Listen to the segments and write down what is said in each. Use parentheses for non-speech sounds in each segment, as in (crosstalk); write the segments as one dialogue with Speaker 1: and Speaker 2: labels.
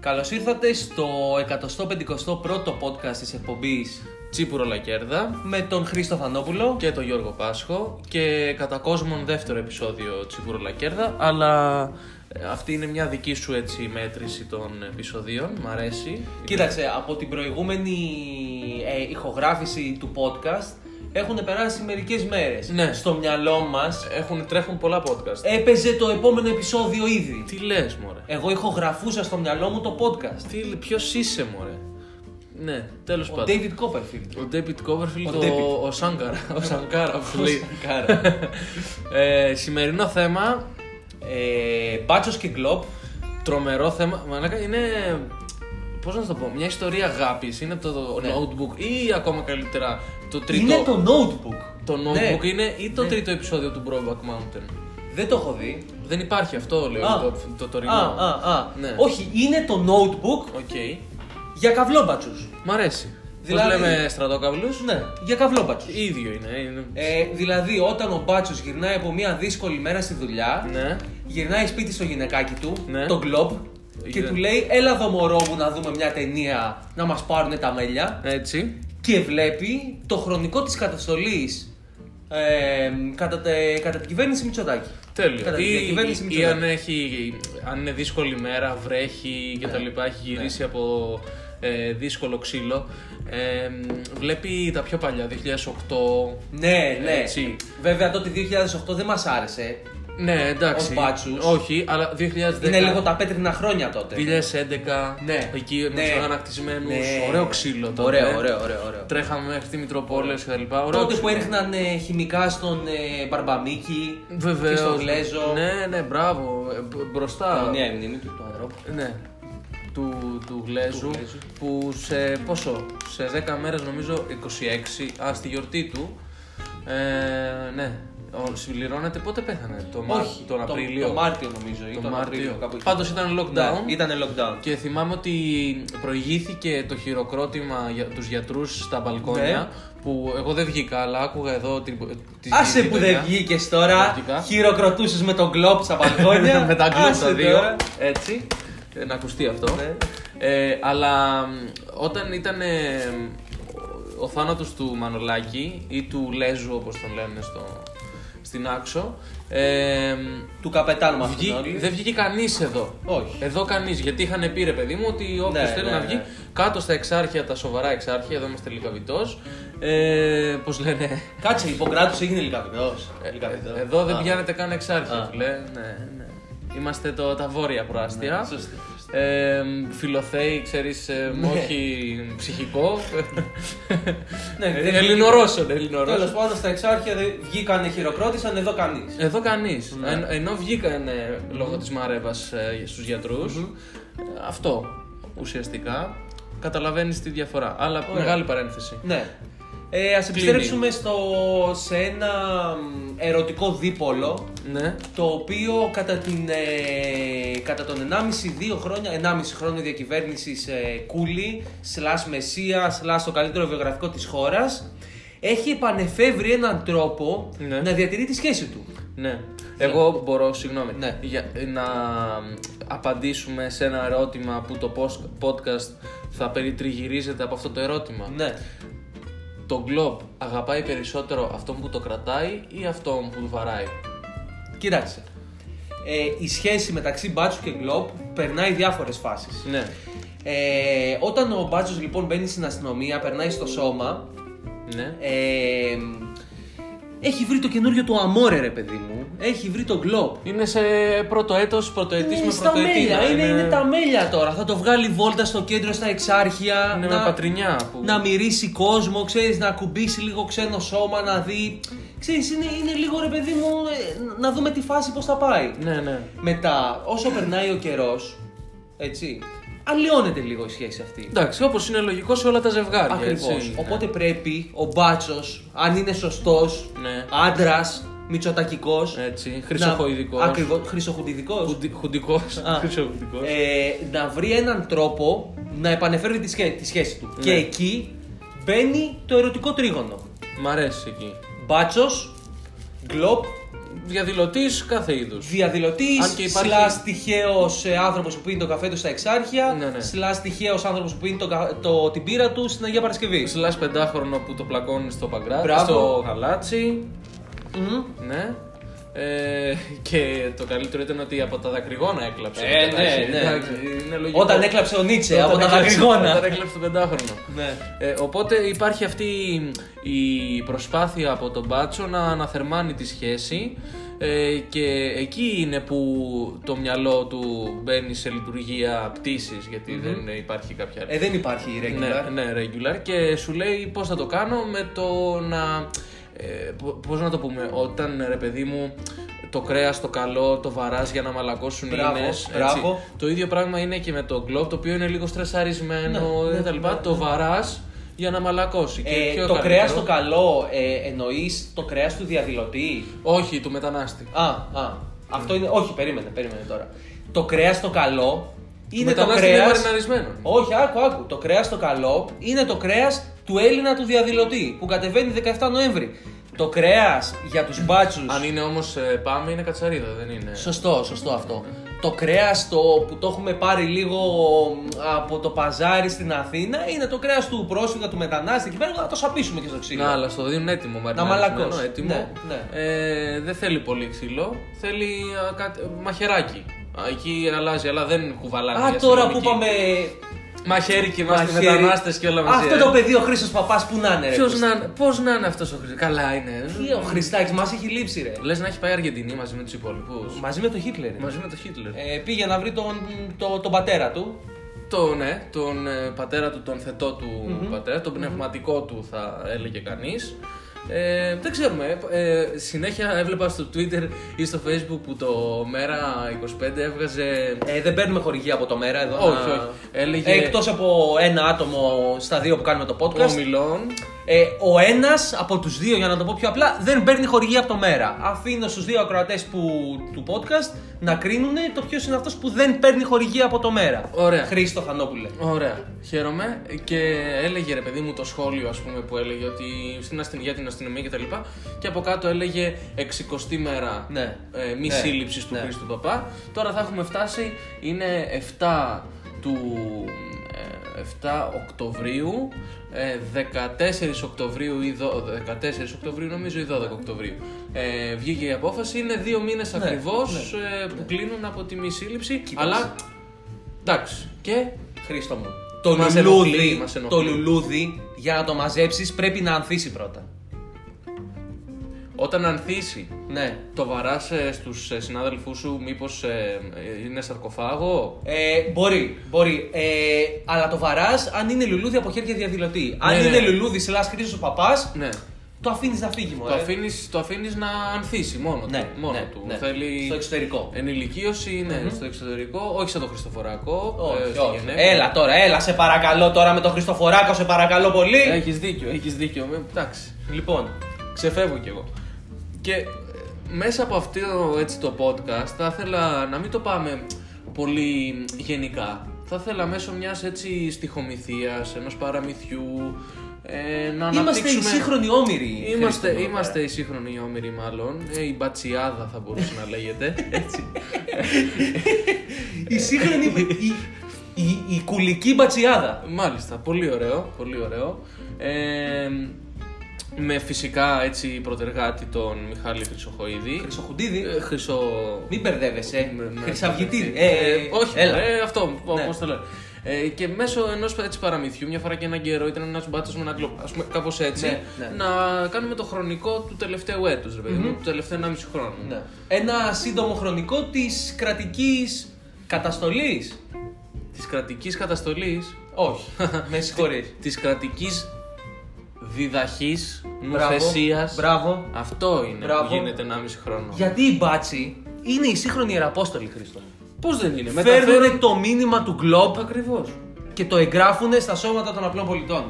Speaker 1: Καλώς ήρθατε στο 151ο podcast της εκπομπής
Speaker 2: Τσίπουρο Λακέρδα
Speaker 1: με τον Χρήστο Θανόπουλο.
Speaker 2: και τον Γιώργο Πάσχο και κατά κόσμον δεύτερο επεισόδιο Τσίπουρο Λακέρδα αλλά ε, αυτή είναι μια δική σου έτσι μέτρηση των επεισοδίων, μ' αρέσει.
Speaker 1: Κοίταξε, από την προηγούμενη ε, ηχογράφηση του podcast έχουν περάσει μερικές μέρες.
Speaker 2: Ναι.
Speaker 1: Στο μυαλό μας
Speaker 2: Έχουν, τρέχουν πολλά podcast. Ε,
Speaker 1: έπαιζε το επόμενο επεισόδιο ήδη.
Speaker 2: Τι λες μωρέ, Ε,
Speaker 1: Εγώ ηχογραφούσα στο μυαλό μου το podcast.
Speaker 2: Τι, ποιος είσαι μωρέ. Ναι, τέλος
Speaker 1: Ο
Speaker 2: πάντων.
Speaker 1: David Copperfield.
Speaker 2: Ο David Copperfield,
Speaker 1: Ο
Speaker 2: ο,
Speaker 1: David.
Speaker 2: ο Σάγκαρα, ο Σανκάρα που λέει.
Speaker 1: Σανκάρα.
Speaker 2: ε, σημερινό θέμα,
Speaker 1: Ε, Μπάτσος και Γκλόπ.
Speaker 2: τρομερό θέμα, μαλάκα, είναι, πώς να σου το πω, μια ιστορία αγάπης, είναι το, το
Speaker 1: Ναι.
Speaker 2: notebook ή ακόμα καλύτερα το τρίτο,
Speaker 1: Είναι το notebook.
Speaker 2: το
Speaker 1: Ναι.
Speaker 2: notebook είναι ή το τρίτο επεισόδιο του Brokeback Mountain.
Speaker 1: Δεν το έχω δει.
Speaker 2: Δεν υπάρχει αυτό, λέω,
Speaker 1: Α.
Speaker 2: το, το τωρινό.
Speaker 1: Α, α, α.
Speaker 2: Ναι.
Speaker 1: Όχι, είναι το notebook
Speaker 2: Οκ.
Speaker 1: για καυλόμπατσους.
Speaker 2: Μ' αρέσει.
Speaker 1: Δηλαδή-
Speaker 2: Δηλαδή... Πώς λέμε στρατόκαυλους,
Speaker 1: Ναι, για καυλόμπατσους.
Speaker 2: ίδιο είναι. είναι...
Speaker 1: Ε, δηλαδή, όταν ο μπάτσος γυρνάει από μια δύσκολη μέρα στη δουλειά,
Speaker 2: Ναι.
Speaker 1: γυρνάει σπίτι στο γυναικάκι του,
Speaker 2: Ναι.
Speaker 1: τον κλοπ, και
Speaker 2: Γυρνάει.
Speaker 1: του λέει: Έλα εδώ, μωρό μου, να δούμε μια ταινία να μας πάρουν τα μέλια.
Speaker 2: Έτσι.
Speaker 1: Και βλέπει το χρονικό της καταστολής ε, κατά, τε- κατά την κυβέρνηση Μητσοτάκη. Κατά
Speaker 2: Τέλειο.
Speaker 1: τη
Speaker 2: Ή,
Speaker 1: διακυβέρνηση
Speaker 2: ή- ή
Speaker 1: Μητσοτάκη.
Speaker 2: αν, έχει, αν είναι δύσκολη μέρα, βρέχει
Speaker 1: Ναι.
Speaker 2: και τα λοιπά, έχει γυρίσει από ε, δύσκολο ξύλο. Ε, μ, βλέπει τα πιο παλιά, 2008.
Speaker 1: Ναι, ναι.
Speaker 2: Έτσι.
Speaker 1: Βέβαια, τότε 2008 δεν μας άρεσε.
Speaker 2: Ναι, εντάξει.
Speaker 1: Ως μπάτσους.
Speaker 2: Όχι, αλλά 2010.
Speaker 1: Είναι λίγο τα πέτρινα χρόνια τότε.
Speaker 2: 2011,
Speaker 1: Ναι.
Speaker 2: εκεί
Speaker 1: Ναι.
Speaker 2: ήμασταν ανακτισμένους.
Speaker 1: Ναι.
Speaker 2: Ωραίο ξύλο τότε.
Speaker 1: Ωραίο, ωραίο, ωραίο. ωραίο.
Speaker 2: Τρέχαμε μέχρι τη Μητροπόλεω και τα λοιπά. Ωραίο
Speaker 1: Τότε
Speaker 2: ξύλο.
Speaker 1: που έριχναν ε, χημικά στον ε, Μπαρμπαμίκη
Speaker 2: Βεβαίως.
Speaker 1: και στον Γλέζο.
Speaker 2: Ναι, ναι, μπράβο. Ε, μπ- μπροστά.
Speaker 1: Αιωνία η μνήμη του, του ανθρώπου.
Speaker 2: Ναι. Του, του Γλέζου,
Speaker 1: Γλέζου.
Speaker 2: που σε πόσο, σε 10 μέρες νομίζω 26, α, στη γιορτή του, ε, ναι, ο- συμπληρώνεται, πότε πέθανε, το Μάρ-
Speaker 1: Όχι,
Speaker 2: τον Απρίλιο,
Speaker 1: Το Μάρτιο νομίζω. Ή
Speaker 2: τον
Speaker 1: τον Απρίλιο,
Speaker 2: Μάρτιο,
Speaker 1: κάπου εκεί.
Speaker 2: πάντως ήταν lockdown
Speaker 1: Ναι, ήταν lockdown.
Speaker 2: και θυμάμαι ότι προηγήθηκε το χειροκρότημα για τους γιατρούς στα μπαλκόνια,
Speaker 1: Ναι.
Speaker 2: που εγώ δεν βγήκα, αλλά άκουγα εδώ την, τη
Speaker 1: Άσε που
Speaker 2: γειτονιά.
Speaker 1: δεν βγήκες τώρα,
Speaker 2: Λογικά.
Speaker 1: χειροκροτούσες με τον κλοπ στα μπαλκόνια.
Speaker 2: (laughs) με τα γκλου
Speaker 1: Άσε
Speaker 2: τα δύο.
Speaker 1: τώρα.
Speaker 2: Έτσι. Ε, να ακουστεί αυτό.
Speaker 1: Ναι.
Speaker 2: Ε, αλλά μ, όταν ήταν ε, ο, ο θάνατος του Μανολάκη ή του Λέζου όπως τον λένε στο, στην Άξο ε, μ,
Speaker 1: Του καπετάνου μας
Speaker 2: βγή- δεν βγήκε κανείς εδώ.
Speaker 1: Όχι.
Speaker 2: Εδώ κανείς, γιατί είχαν πει ρε παιδί μου ότι όποιος
Speaker 1: Ναι,
Speaker 2: θέλει
Speaker 1: ναι,
Speaker 2: να
Speaker 1: ναι.
Speaker 2: βγει κάτω στα εξάρχεια, τα σοβαρά εξάρχεια, εδώ είμαστε λικαβιτός, ε, πώς λένε,
Speaker 1: Κάτσε, υποκράτου έγινε λικαβιτό.
Speaker 2: ε, Εδώ
Speaker 1: ναι.
Speaker 2: δεν πιάνετε καν εξάρχεια, φίλε. Ναι, ναι. Είμαστε το, τα βόρεια προάστια.
Speaker 1: σωστή,
Speaker 2: Ε, φιλοθέοι, ξέρεις, ε, όχι ψυχικό.
Speaker 1: Ναι,
Speaker 2: ναι,
Speaker 1: δεν-
Speaker 2: Ελληνορώσων,
Speaker 1: Τέλο
Speaker 2: Ελληνορώσων.
Speaker 1: πάντων, στα εξάρχεια δεν βγήκανε, χειροκρότησαν, εδώ κανείς.
Speaker 2: Εδώ κανείς. Εν, ενώ βγήκαν ε, λόγω της μαρέβας ε, στους γιατρούς, ε, αυτό ουσιαστικά καταλαβαίνεις τη διαφορά. Αλλά μεγάλη παρένθεση.
Speaker 1: Ναι. Ε, ας επιστρέψουμε στο, σε ένα μ, ερωτικό δίπολο
Speaker 2: Ναι.
Speaker 1: το οποίο κατά, την, ε, κατά τον 1,5-2 χρόνια, 1,5 χρόνο διακυβέρνησης ε, Κούλη, σλάς Μεσσία, σλάς το καλύτερο βιογραφικό της χώρας, έχει επανεφεύρει έναν τρόπο
Speaker 2: Ναι.
Speaker 1: να διατηρεί τη σχέση του.
Speaker 2: Ναι. Εγώ μπορώ, συγγνώμη,
Speaker 1: Ναι.
Speaker 2: για, να απαντήσουμε σε ένα ερώτημα που το post- podcast θα περιτριγυρίζεται από αυτό το ερώτημα.
Speaker 1: Ναι.
Speaker 2: Το Glob αγαπάει περισσότερο αυτόν που το κρατάει ή αυτόν που του βαράει.
Speaker 1: Κοίταξε. Ε, η σχέση μεταξύ Μπάτσου και Γκλόπ περνάει διάφορες φάσεις.
Speaker 2: Ναι.
Speaker 1: Ε, όταν ο Μπάτσος λοιπόν μπαίνει στην αστυνομία, περνάει στο σώμα,
Speaker 2: Ναι.
Speaker 1: Ε, έχει βρει το καινούριο του αμόρε, ρε παιδί μου. Έχει βρει τον γκλοπ.
Speaker 2: Είναι σε πρώτο έτος, πρωτοετής με
Speaker 1: Ε, στα
Speaker 2: πρωτοετή.
Speaker 1: μέλια,
Speaker 2: να
Speaker 1: είναι, είναι τα μέλια τώρα. Θα το βγάλει βόλτα στο κέντρο, στα εξάρχεια.
Speaker 2: είναι
Speaker 1: να,
Speaker 2: με πατρινιά που...
Speaker 1: να μυρίσει κόσμο, ξέρεις, να κουμπίσει λίγο ξένο σώμα, να δει. Ξέρεις, είναι, είναι λίγο ρε παιδί μου, ε, να δούμε τη φάση πώς θα πάει.
Speaker 2: Ναι, ναι.
Speaker 1: Μετά, όσο περνάει ο καιρός, έτσι, αλλοιώνεται λίγο η σχέση αυτή.
Speaker 2: Εντάξει, όπως είναι λογικό σε όλα τα ζευγάρια,
Speaker 1: Ακριβώς.
Speaker 2: έτσι.
Speaker 1: Ναι. Οπότε πρέπει ο μπάτσος, αν είναι σωστός,
Speaker 2: Ναι.
Speaker 1: άντρας, μητσοτακικός.
Speaker 2: Έτσι, χρυσοχοειδικός.
Speaker 1: Ακριβώς. Χρυσοχουντιδικός.
Speaker 2: Χουντι- Χουντικός, (laughs)
Speaker 1: Α.
Speaker 2: χρυσοχουντικός.
Speaker 1: Ε, να βρει έναν τρόπο να επανεφέρει τη, σχέ- τη σχέση του.
Speaker 2: Ναι.
Speaker 1: Και εκεί μπαίνει το ερωτικό τρίγωνο.
Speaker 2: Μ' αρέσει εκεί.
Speaker 1: Μπάτσος, Γκλοπ,
Speaker 2: Διαδηλωτής κάθε είδους.
Speaker 1: διαδηλωτής,
Speaker 2: Αν και υπάρχει-
Speaker 1: σλά τυχαίο άνθρωπος που πίνει τον καφέ του στα εξάρχεια,
Speaker 2: Ναι, ναι.
Speaker 1: σλά τυχαίο άνθρωπος που πίνει τον κα- το, την πύρα του στην Αγία Παρασκευή.
Speaker 2: Σλάς πεντάχρονο που το πλακώνει στο παγκράτη,
Speaker 1: Μπράβο.
Speaker 2: στο γαλάτσι.
Speaker 1: Μμμ.
Speaker 2: Ναι. Ε, και το καλύτερο ήταν ότι από τα δακρυγόνα έκλαψε.
Speaker 1: Ε,
Speaker 2: Εντάξει,
Speaker 1: ναι, ναι.
Speaker 2: εντάξει, είναι λογικό.
Speaker 1: Όταν έκλαψε ο Νίτσε
Speaker 2: Όταν
Speaker 1: από τα
Speaker 2: έκλαψε-
Speaker 1: δακρυγόνα.
Speaker 2: Όταν έκλαψε το πεντάχρονο.
Speaker 1: Ναι.
Speaker 2: Ε, οπότε υπάρχει αυτή η προσπάθεια από τον Μπάτσο να αναθερμάνει τη σχέση ε, και εκεί είναι που το μυαλό του μπαίνει σε λειτουργία πτήσης γιατί δεν υπάρχει κάποια
Speaker 1: Ε, δεν υπάρχει regular.
Speaker 2: ναι, ναι, regular. Και σου λέει πώς θα το κάνω με το να. Ε, πο- πώς να το πούμε, όταν ρε παιδί μου το κρέας, το καλό, το βαράς για να μαλακώσουν
Speaker 1: Μπράβο,
Speaker 2: οι ίνες, έτσι.
Speaker 1: μπράβο.
Speaker 2: Το ίδιο πράγμα είναι και με το γκλοπ, το οποίο είναι λίγο στρεσαρισμένο
Speaker 1: Ναι, ναι,
Speaker 2: κτλ.
Speaker 1: ναι, ναι.
Speaker 2: Το βαράς για να μαλακώσει. Και
Speaker 1: Ε,
Speaker 2: ποιο
Speaker 1: το
Speaker 2: καλύτερο?
Speaker 1: κρέας το καλό ε, εννοείς το κρέας του διαδηλωτή.
Speaker 2: Όχι, του μετανάστη.
Speaker 1: Α, α. Αυτό είναι. Όχι, περίμενε, περίμενε τώρα. Το κρέας το καλό είναι το
Speaker 2: μετανάστη είναι
Speaker 1: κρέας.
Speaker 2: μαριναρισμένο.
Speaker 1: Όχι, άκου, άκου. Το κρέας το καλό είναι το κρέας του Έλληνα του διαδηλωτή που κατεβαίνει 17 Νοέμβρη. Το κρέας για τους μπάτσους.
Speaker 2: Αν είναι όμως πάμε, είναι κατσαρίδα, δεν είναι.
Speaker 1: Σωστό, σωστό αυτό. Το κρέας το που το έχουμε πάρει λίγο από το παζάρι στην Αθήνα είναι το κρέας του πρόσφυγα, του μετανάστη. Εκεί πέρα να το σαπίσουμε και στο ξύλο.
Speaker 2: Να, αλλά στο δίνουν έτοιμο
Speaker 1: Να
Speaker 2: μαριναρισμένο.
Speaker 1: μαλακώσει.
Speaker 2: Έτοιμο.
Speaker 1: Ναι, ναι.
Speaker 2: Ε, δεν θέλει πολύ ξύλο. Θέλει α, κάτι, μαχεράκι. Α, Εκεί αλλάζει, αλλά δεν κουβαλάει.
Speaker 1: Α, τώρα που είπαμε.
Speaker 2: Μαχαίρι και είμαστε
Speaker 1: μαχαίρι.
Speaker 2: μετανάστες και όλα μαζί. ε.
Speaker 1: Αυτό το παιδί ο Χρήστος Παπάς που να είναι, ρε.
Speaker 2: Ποιος
Speaker 1: Χριστέ.
Speaker 2: να είναι, πώς να είναι αυτός ο Χρυσή. Καλά είναι.
Speaker 1: Τι, Ο Χριστάκης μας έχει λείψει, ρε.
Speaker 2: Λες να έχει πάει Αργεντινή μαζί με τους υπόλοιπους.
Speaker 1: Μαζί με τον Χίτλερ. ρε.
Speaker 2: Μαζί με τον Χίτλερ.
Speaker 1: Ε, πήγε να βρει τον, το, τον πατέρα του.
Speaker 2: Το, ναι, τον ε, πατέρα του, τον θετό του πατέρα, τον πνευματικό του θα έλεγε κανείς. Ε, δεν ξέρουμε. ε, ε, συνέχεια έβλεπα στο Twitter ή στο Facebook που το Μέρα 25 έβγαζε.
Speaker 1: Ε, δεν παίρνουμε χορηγία από το μέρα εδώ.
Speaker 2: Όχι, όχι. Έλεγε-
Speaker 1: Εκτός από ένα άτομο στα δύο που κάνουμε το podcast.
Speaker 2: Ομιλών.
Speaker 1: Ε, ο ένας από τους δύο, για να το πω πιο απλά, δεν παίρνει χορηγία από το μέρα. Αφήνω στους δύο ακροατές του podcast να κρίνουν το ποιος είναι αυτός που δεν παίρνει χορηγία από το μέρα.
Speaker 2: Ωραία.
Speaker 1: Χρήστο Χανόπουλε.
Speaker 2: Ωραία, χαίρομαι. Και έλεγε ρε παιδί μου το σχόλιο, ας πούμε, που έλεγε ότι στην αστυ... για την αστυνομία κτλ. Και, τα λοιπά. και από κάτω έλεγε 60η μέρα
Speaker 1: Ναι.
Speaker 2: ε, μη
Speaker 1: Ναι.
Speaker 2: σύλληψης του
Speaker 1: Ναι.
Speaker 2: Χρήστου Παπά. Τώρα θα έχουμε φτάσει, είναι 7 του. ε, 7 Οκτωβρίου, ε, 14 Οκτωβρίου ή δο- 14 Οκτωβρίου νομίζω ή 12 Οκτωβρίου. Ε, βγήκε η απόφαση, είναι δύο μήνες
Speaker 1: Ναι.
Speaker 2: ακριβώς ε, που κλείνουν από τη μη σύλληψη, αλλά εντάξει. Και
Speaker 1: Χρήστο μου. Το
Speaker 2: Μας
Speaker 1: λουλούδι,
Speaker 2: ενοχλεί, μας ενοχλεί.
Speaker 1: το λουλούδι, για να το μαζέψεις, πρέπει να ανθίσει πρώτα.
Speaker 2: Όταν ανθίσει,
Speaker 1: Ναι.
Speaker 2: το βαράς ε, στους ε, συνάδελφούς σου μήπως ε, ε, είναι σαρκοφάγο.
Speaker 1: Ε, μπορεί, μπορεί. Ε, αλλά το βαράς αν είναι λουλούδι από χέρια διαδηλωτή. Αν
Speaker 2: Ναι, ναι.
Speaker 1: είναι λουλούδι σλά Χρήστο Παπάς,
Speaker 2: Ναι.
Speaker 1: το αφήνεις να φύγει, μωρέ.
Speaker 2: Το αφήνεις, το αφήνεις να ανθίσει μόνο
Speaker 1: Ε. Ναι,
Speaker 2: του. Μόνο
Speaker 1: ναι,
Speaker 2: του.
Speaker 1: ναι.
Speaker 2: Θέλει
Speaker 1: Στο εξωτερικό.
Speaker 2: Ενηλικίωση, ναι, στο εξωτερικό, όχι σαν το Χριστοφοράκο. ε,
Speaker 1: Όχι,
Speaker 2: στη
Speaker 1: όχι.
Speaker 2: Γενέβη.
Speaker 1: Έλα τώρα, έλα, σε παρακαλώ τώρα με τον Χριστοφοράκο, σε παρακαλώ πολύ.
Speaker 2: Έχεις δίκιο, έχεις δίκιο. Ε, Εντάξει.
Speaker 1: Λοιπόν,
Speaker 2: Ξεφεύγω κι εγώ. Και ε, μέσα από αυτό έτσι, το podcast θα ήθελα να μην το πάμε πολύ γενικά. Θα ήθελα μέσω μιας έτσι στοιχομηθείας, ενός παραμυθιού, ε, να
Speaker 1: είμαστε οι
Speaker 2: αναπτύξουμε...
Speaker 1: σύγχρονοι όμοιροι.
Speaker 2: Είμαστε,
Speaker 1: Χρήστο μου,
Speaker 2: είμαστε οι σύγχρονοι όμοιροι μάλλον, ε, η μπατσιάδα θα μπορούσε να λέγεται, έτσι.
Speaker 1: ε. Οι σύγχρονοι. η, η, η κουλική μπατσιάδα.
Speaker 2: Μάλιστα, πολύ ωραίο, πολύ ωραίο. Ε, με φυσικά έτσι πρωτεργάτη τον Μιχάλη Χρυσοχοίδη.
Speaker 1: Χρυσοχουντίδη.
Speaker 2: Ε, χρυσο...
Speaker 1: Μην μπερδεύεσαι.
Speaker 2: Ναι, ναι.
Speaker 1: Χρυσαυγητή.
Speaker 2: Ε,
Speaker 1: Ε, ε,
Speaker 2: όχι,
Speaker 1: έλα.
Speaker 2: ε, αυτό,
Speaker 1: Ναι.
Speaker 2: πώς το λένε. Ε, και μέσω ενός έτσι παραμυθιού, μια φορά και έναν καιρό, ήταν ένας μπάτσος με ένα γκλοπ. Ας πούμε, κάπως έτσι.
Speaker 1: Ναι, ναι.
Speaker 2: Να κάνουμε το χρονικό του τελευταίου έτους, ρε παιδι μου, του τελευταίου 1,5 χρόνου.
Speaker 1: Ναι. Ένα σύντομο χρονικό της κρατικής καταστολής.
Speaker 2: Της κρατικής καταστολής.
Speaker 1: Όχι. (laughs) με συγχωρείς.
Speaker 2: Της κρατικής διδαχής
Speaker 1: Μπράβο.
Speaker 2: νουθεσία.
Speaker 1: Μπράβο.
Speaker 2: Αυτό είναι
Speaker 1: Μπράβο.
Speaker 2: που γίνεται 1,5 χρόνο.
Speaker 1: Γιατί οι μπάτσι είναι η σύγχρονη ιεραπόστολη, Χρήστο. μου.
Speaker 2: Πώς δεν είναι,
Speaker 1: Φέρνουν το μήνυμα του Γκλοπ
Speaker 2: Ακριβώς.
Speaker 1: και το εγγράφουν στα σώματα των απλών πολιτών.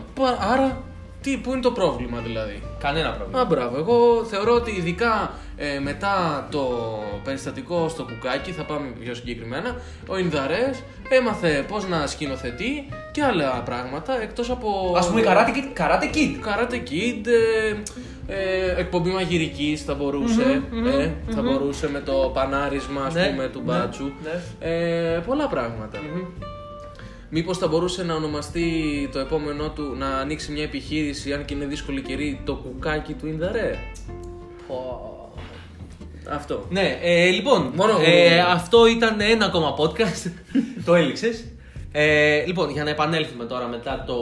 Speaker 2: Άρα, Τι, πού είναι το πρόβλημα δηλαδή.
Speaker 1: Κανένα πρόβλημα.
Speaker 2: Α, μπράβο. Εγώ θεωρώ ότι ειδικά ε, μετά το περιστατικό στο κουκάκι, θα πάμε πιο συγκεκριμένα, ο Ινδαρές έμαθε πώς να σκηνοθετεί και άλλα πράγματα εκτός από.
Speaker 1: Ας πούμε, καράτε kid. Καράτε kid.
Speaker 2: Karate Kid, ε, ε, εκπομπή μαγειρικής θα μπορουσε ε, θα μπορούσε με το πανάρισμα ας
Speaker 1: Ναι,
Speaker 2: πούμε του
Speaker 1: ναι,
Speaker 2: μπάτσου.
Speaker 1: ναι.
Speaker 2: Ε, πολλά πράγματα. Μήπως θα μπορούσε να ονομαστεί το επόμενό του να ανοίξει μια επιχείρηση, αν και είναι δύσκολη καιρή, το κουκάκι του Ινδαρέ. Αυτό.
Speaker 1: Ναι, ε, λοιπόν,
Speaker 2: Μόνο-
Speaker 1: ε, αυτό ήταν ένα ακόμα podcast. το έληξες. Ε, λοιπόν, για να επανέλθουμε τώρα μετά το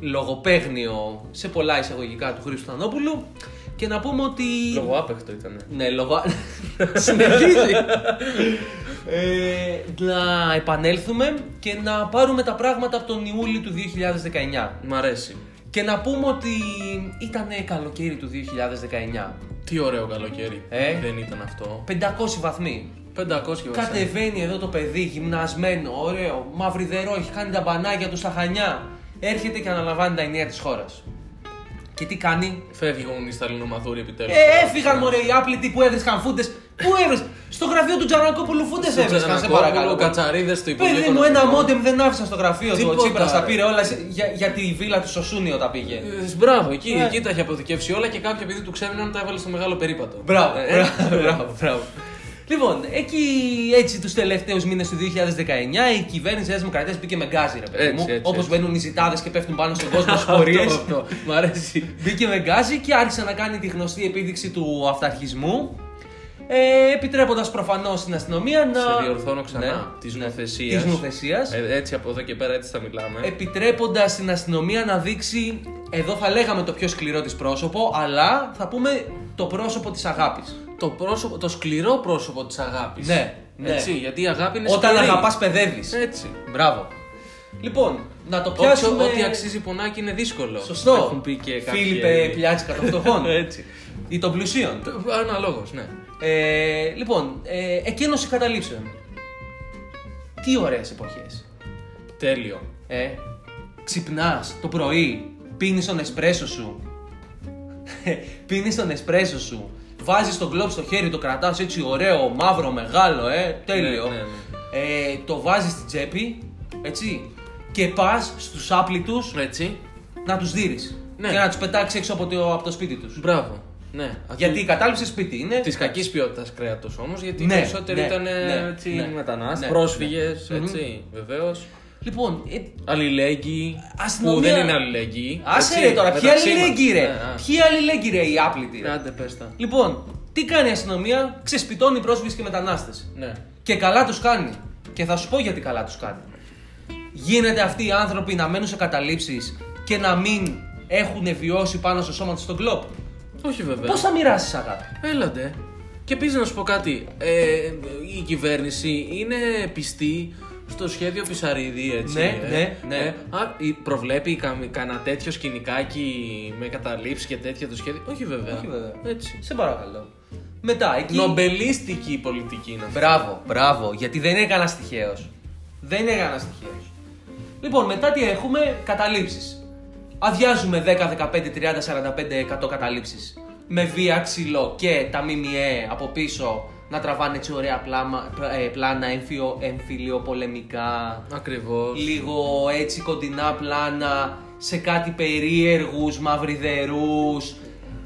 Speaker 1: λογοπαίγνιο σε πολλά εισαγωγικά του Χρήστου Θανόπουλου και να πούμε ότι.
Speaker 2: Λόγω άπεχτο ήταν.
Speaker 1: Ναι, λόγω. Συνεχίζει. ε, να επανέλθουμε και να πάρουμε τα πράγματα από τον Ιούλιο του 2019.
Speaker 2: Μ' αρέσει.
Speaker 1: Και να πούμε ότι ήταν καλοκαίρι του 2019.
Speaker 2: Τι ωραίο καλοκαίρι.
Speaker 1: Ε.
Speaker 2: Δεν ήταν αυτό.
Speaker 1: 500 βαθμοί.
Speaker 2: 500 βαθμοί.
Speaker 1: Κατεβαίνει εδώ το παιδί, γυμνασμένο, ωραίο, μαυριδερό, έχει κάνει τα μπανάκια του στα χανιά. Έρχεται και αναλαμβάνει τα ενία της χώρας. Και τι κάνει.
Speaker 2: Φεύγουν οι Σταλινομαθούροι επιτέλους.
Speaker 1: Ε, έφυγαν μωρέ οι άπλητοι που έβρισκαν φούντες. Πού έβρισκαν. Στο γραφείο του Τζανακόπουλου φούντε έβρισκαν, σε παρακαλώ.
Speaker 2: Κατσαρίδες στο Υπουργείο.
Speaker 1: Παιδί
Speaker 2: των
Speaker 1: μου, ένα
Speaker 2: Εθνικών.
Speaker 1: μόντεμ δεν άφησαν στο γραφείο του. Ο
Speaker 2: Τίποτα,
Speaker 1: Τσίπρας τα
Speaker 2: ρε.
Speaker 1: πήρε όλα σε- για, για τη βίλα του Σοσούνιο τα πήγε.
Speaker 2: Ε, Μπράβο, εκεί,
Speaker 1: Ε.
Speaker 2: εκεί τα έχει αποθηκεύσει όλα και κάποιο επειδή του ξέμειναν τα έβαλε στο μεγάλο περίπατο.
Speaker 1: Μπράβο,
Speaker 2: Ε,
Speaker 1: μπράβο, μπράβο, μπράβο. Λοιπόν, εκεί έτσι τους τελευταίους μήνες του 2019 η κυβέρνηση της Δημοκρατίας μπήκε με γκάζι, ρε παιδί
Speaker 2: Έτσι,
Speaker 1: μου.
Speaker 2: έτσι,
Speaker 1: Όπως
Speaker 2: έτσι.
Speaker 1: μπαίνουν οι ζητάδες και πέφτουν πάνω στον κόσμο στις
Speaker 2: Αυτό,
Speaker 1: πορείες.
Speaker 2: αυτό. Μ' αρέσει.
Speaker 1: Μπήκε με γκάζι και άρχισε να κάνει τη γνωστή επίδειξη του αυταρχισμού. Ε, Επιτρέποντας προφανώς στην αστυνομία να.
Speaker 2: Σε διορθώνω ξανά.
Speaker 1: Ναι,
Speaker 2: Της
Speaker 1: ναι.
Speaker 2: νοθεσία.
Speaker 1: Της Ε. νοθεσίας.
Speaker 2: έτσι από εδώ και πέρα έτσι θα μιλάμε.
Speaker 1: επιτρέποντας στην αστυνομία να δείξει. Εδώ θα λέγαμε το πιο σκληρό της πρόσωπο, αλλά θα πούμε το πρόσωπο της αγάπης.
Speaker 2: το, πρόσωπο, το σκληρό πρόσωπο της αγάπης.
Speaker 1: Ναι, ναι.
Speaker 2: Έτσι, γιατί η αγάπη είναι
Speaker 1: Όταν
Speaker 2: σκληρή. Ε.
Speaker 1: αγαπάς, παιδεύεις.
Speaker 2: Έτσι.
Speaker 1: Μπράβο. Λοιπόν, να το
Speaker 2: Όποιο-
Speaker 1: πιάσουμε.
Speaker 2: Ό,τι αξίζει πονάκι είναι δύσκολο.
Speaker 1: Σωστό.
Speaker 2: Έχουν πει και κάποιοι.
Speaker 1: Φίλιππε πιάτσικα των φτωχών.
Speaker 2: (laughs) Έτσι.
Speaker 1: Ή των πλουσίων.
Speaker 2: Αναλόγως, ναι.
Speaker 1: Ε, λοιπόν, ε, εκένωση καταλήψεων. Τι ωραίες εποχές.
Speaker 2: Τέλειο.
Speaker 1: Ε, Ξυπνάς το πρωί, πίνεις τον εσπρέσο σου. πίνεις τον εσπρέσο σου. Βάζεις τον κλοπ στο χέρι, το κρατάς έτσι ωραίο, μαύρο, μεγάλο, ε, τέλειο.
Speaker 2: Ναι, ναι,
Speaker 1: Ε, το βάζεις στην τσέπη, έτσι. Και πας στους άπλητους
Speaker 2: Έτσι.
Speaker 1: να τους δίνεις.
Speaker 2: Ναι.
Speaker 1: Και να τους πετάξεις έξω από το, από το σπίτι τους.
Speaker 2: Μπράβο. Ναι.
Speaker 1: Γιατί η κατάληψη σπίτι είναι.
Speaker 2: Της κακής ποιότητας κρέατος όμως, γιατί
Speaker 1: Ναι,
Speaker 2: οι περισσότεροι
Speaker 1: ναι,
Speaker 2: ήταν ε,
Speaker 1: ναι,
Speaker 2: έτσι,
Speaker 1: ναι,
Speaker 2: μετανάστες,
Speaker 1: ναι,
Speaker 2: πρόσφυγε, έτσι, βεβαίως.
Speaker 1: Λοιπόν, ε,
Speaker 2: Αλληλέγγυοι.
Speaker 1: Αστυνομία.
Speaker 2: Που δεν είναι αλληλέγγυοι.
Speaker 1: άσε
Speaker 2: έτσι,
Speaker 1: ρε τώρα, ποιοι
Speaker 2: μεταξύ μας.
Speaker 1: αλληλέγγυοι ρε.
Speaker 2: Ναι, α. Ναι,
Speaker 1: Ποιοι αλληλέγγυοι ρε οι άπλητοι. ρε.
Speaker 2: Άντε, πες τα.
Speaker 1: Λοιπόν, τι κάνει η αστυνομία, ξεσπιτώνει πρόσφυγες και μετανάστες.
Speaker 2: Ναι.
Speaker 1: Και καλά τους κάνει. Και θα σου πω γιατί καλά τους κάνει. Γίνεται αυτοί οι άνθρωποι να μένουν σε καταλήψεις και να μην έχουν βιώσει πάνω στο σώμα τους τον κλοπ.
Speaker 2: Όχι βέβαια.
Speaker 1: Πώς θα μοιράσεις αγάπη.
Speaker 2: Έλατε. Και επίσης να σου πω κάτι. Ε, η κυβέρνηση είναι πιστή στο σχέδιο Πισαρίδη, έτσι.
Speaker 1: Ναι,
Speaker 2: ε.
Speaker 1: ναι, ναι.
Speaker 2: Ε, α, η- προβλέπει κα- κανένα τέτοιο σκηνικάκι με καταλήψεις και τέτοια το σχέδιο. Όχι βέβαια.
Speaker 1: Όχι βέβαια.
Speaker 2: Έτσι.
Speaker 1: Σε παρακαλώ. Μετά εκεί.
Speaker 2: Νομπελίστικη η πολιτική είναι αυτή.
Speaker 1: Μπράβο, μπράβο. Γιατί δεν είναι κανένα τυχαίο. Δεν είναι κανένα τυχαίο. Λοιπόν, μετά τι έχουμε, καταλήψεις. Αδειάζουμε 10, 15, 30, 45% καταλήψεις. Με βία, ξύλο και τα ΜΜΕ από πίσω να τραβάνε έτσι ωραία πλάμα, πλα- ε, πλάνα εμφυο, εμφυλιοπολεμικά.
Speaker 2: Ακριβώς.
Speaker 1: Λίγο έτσι κοντινά πλάνα σε κάτι περίεργους, μαυριδερούς.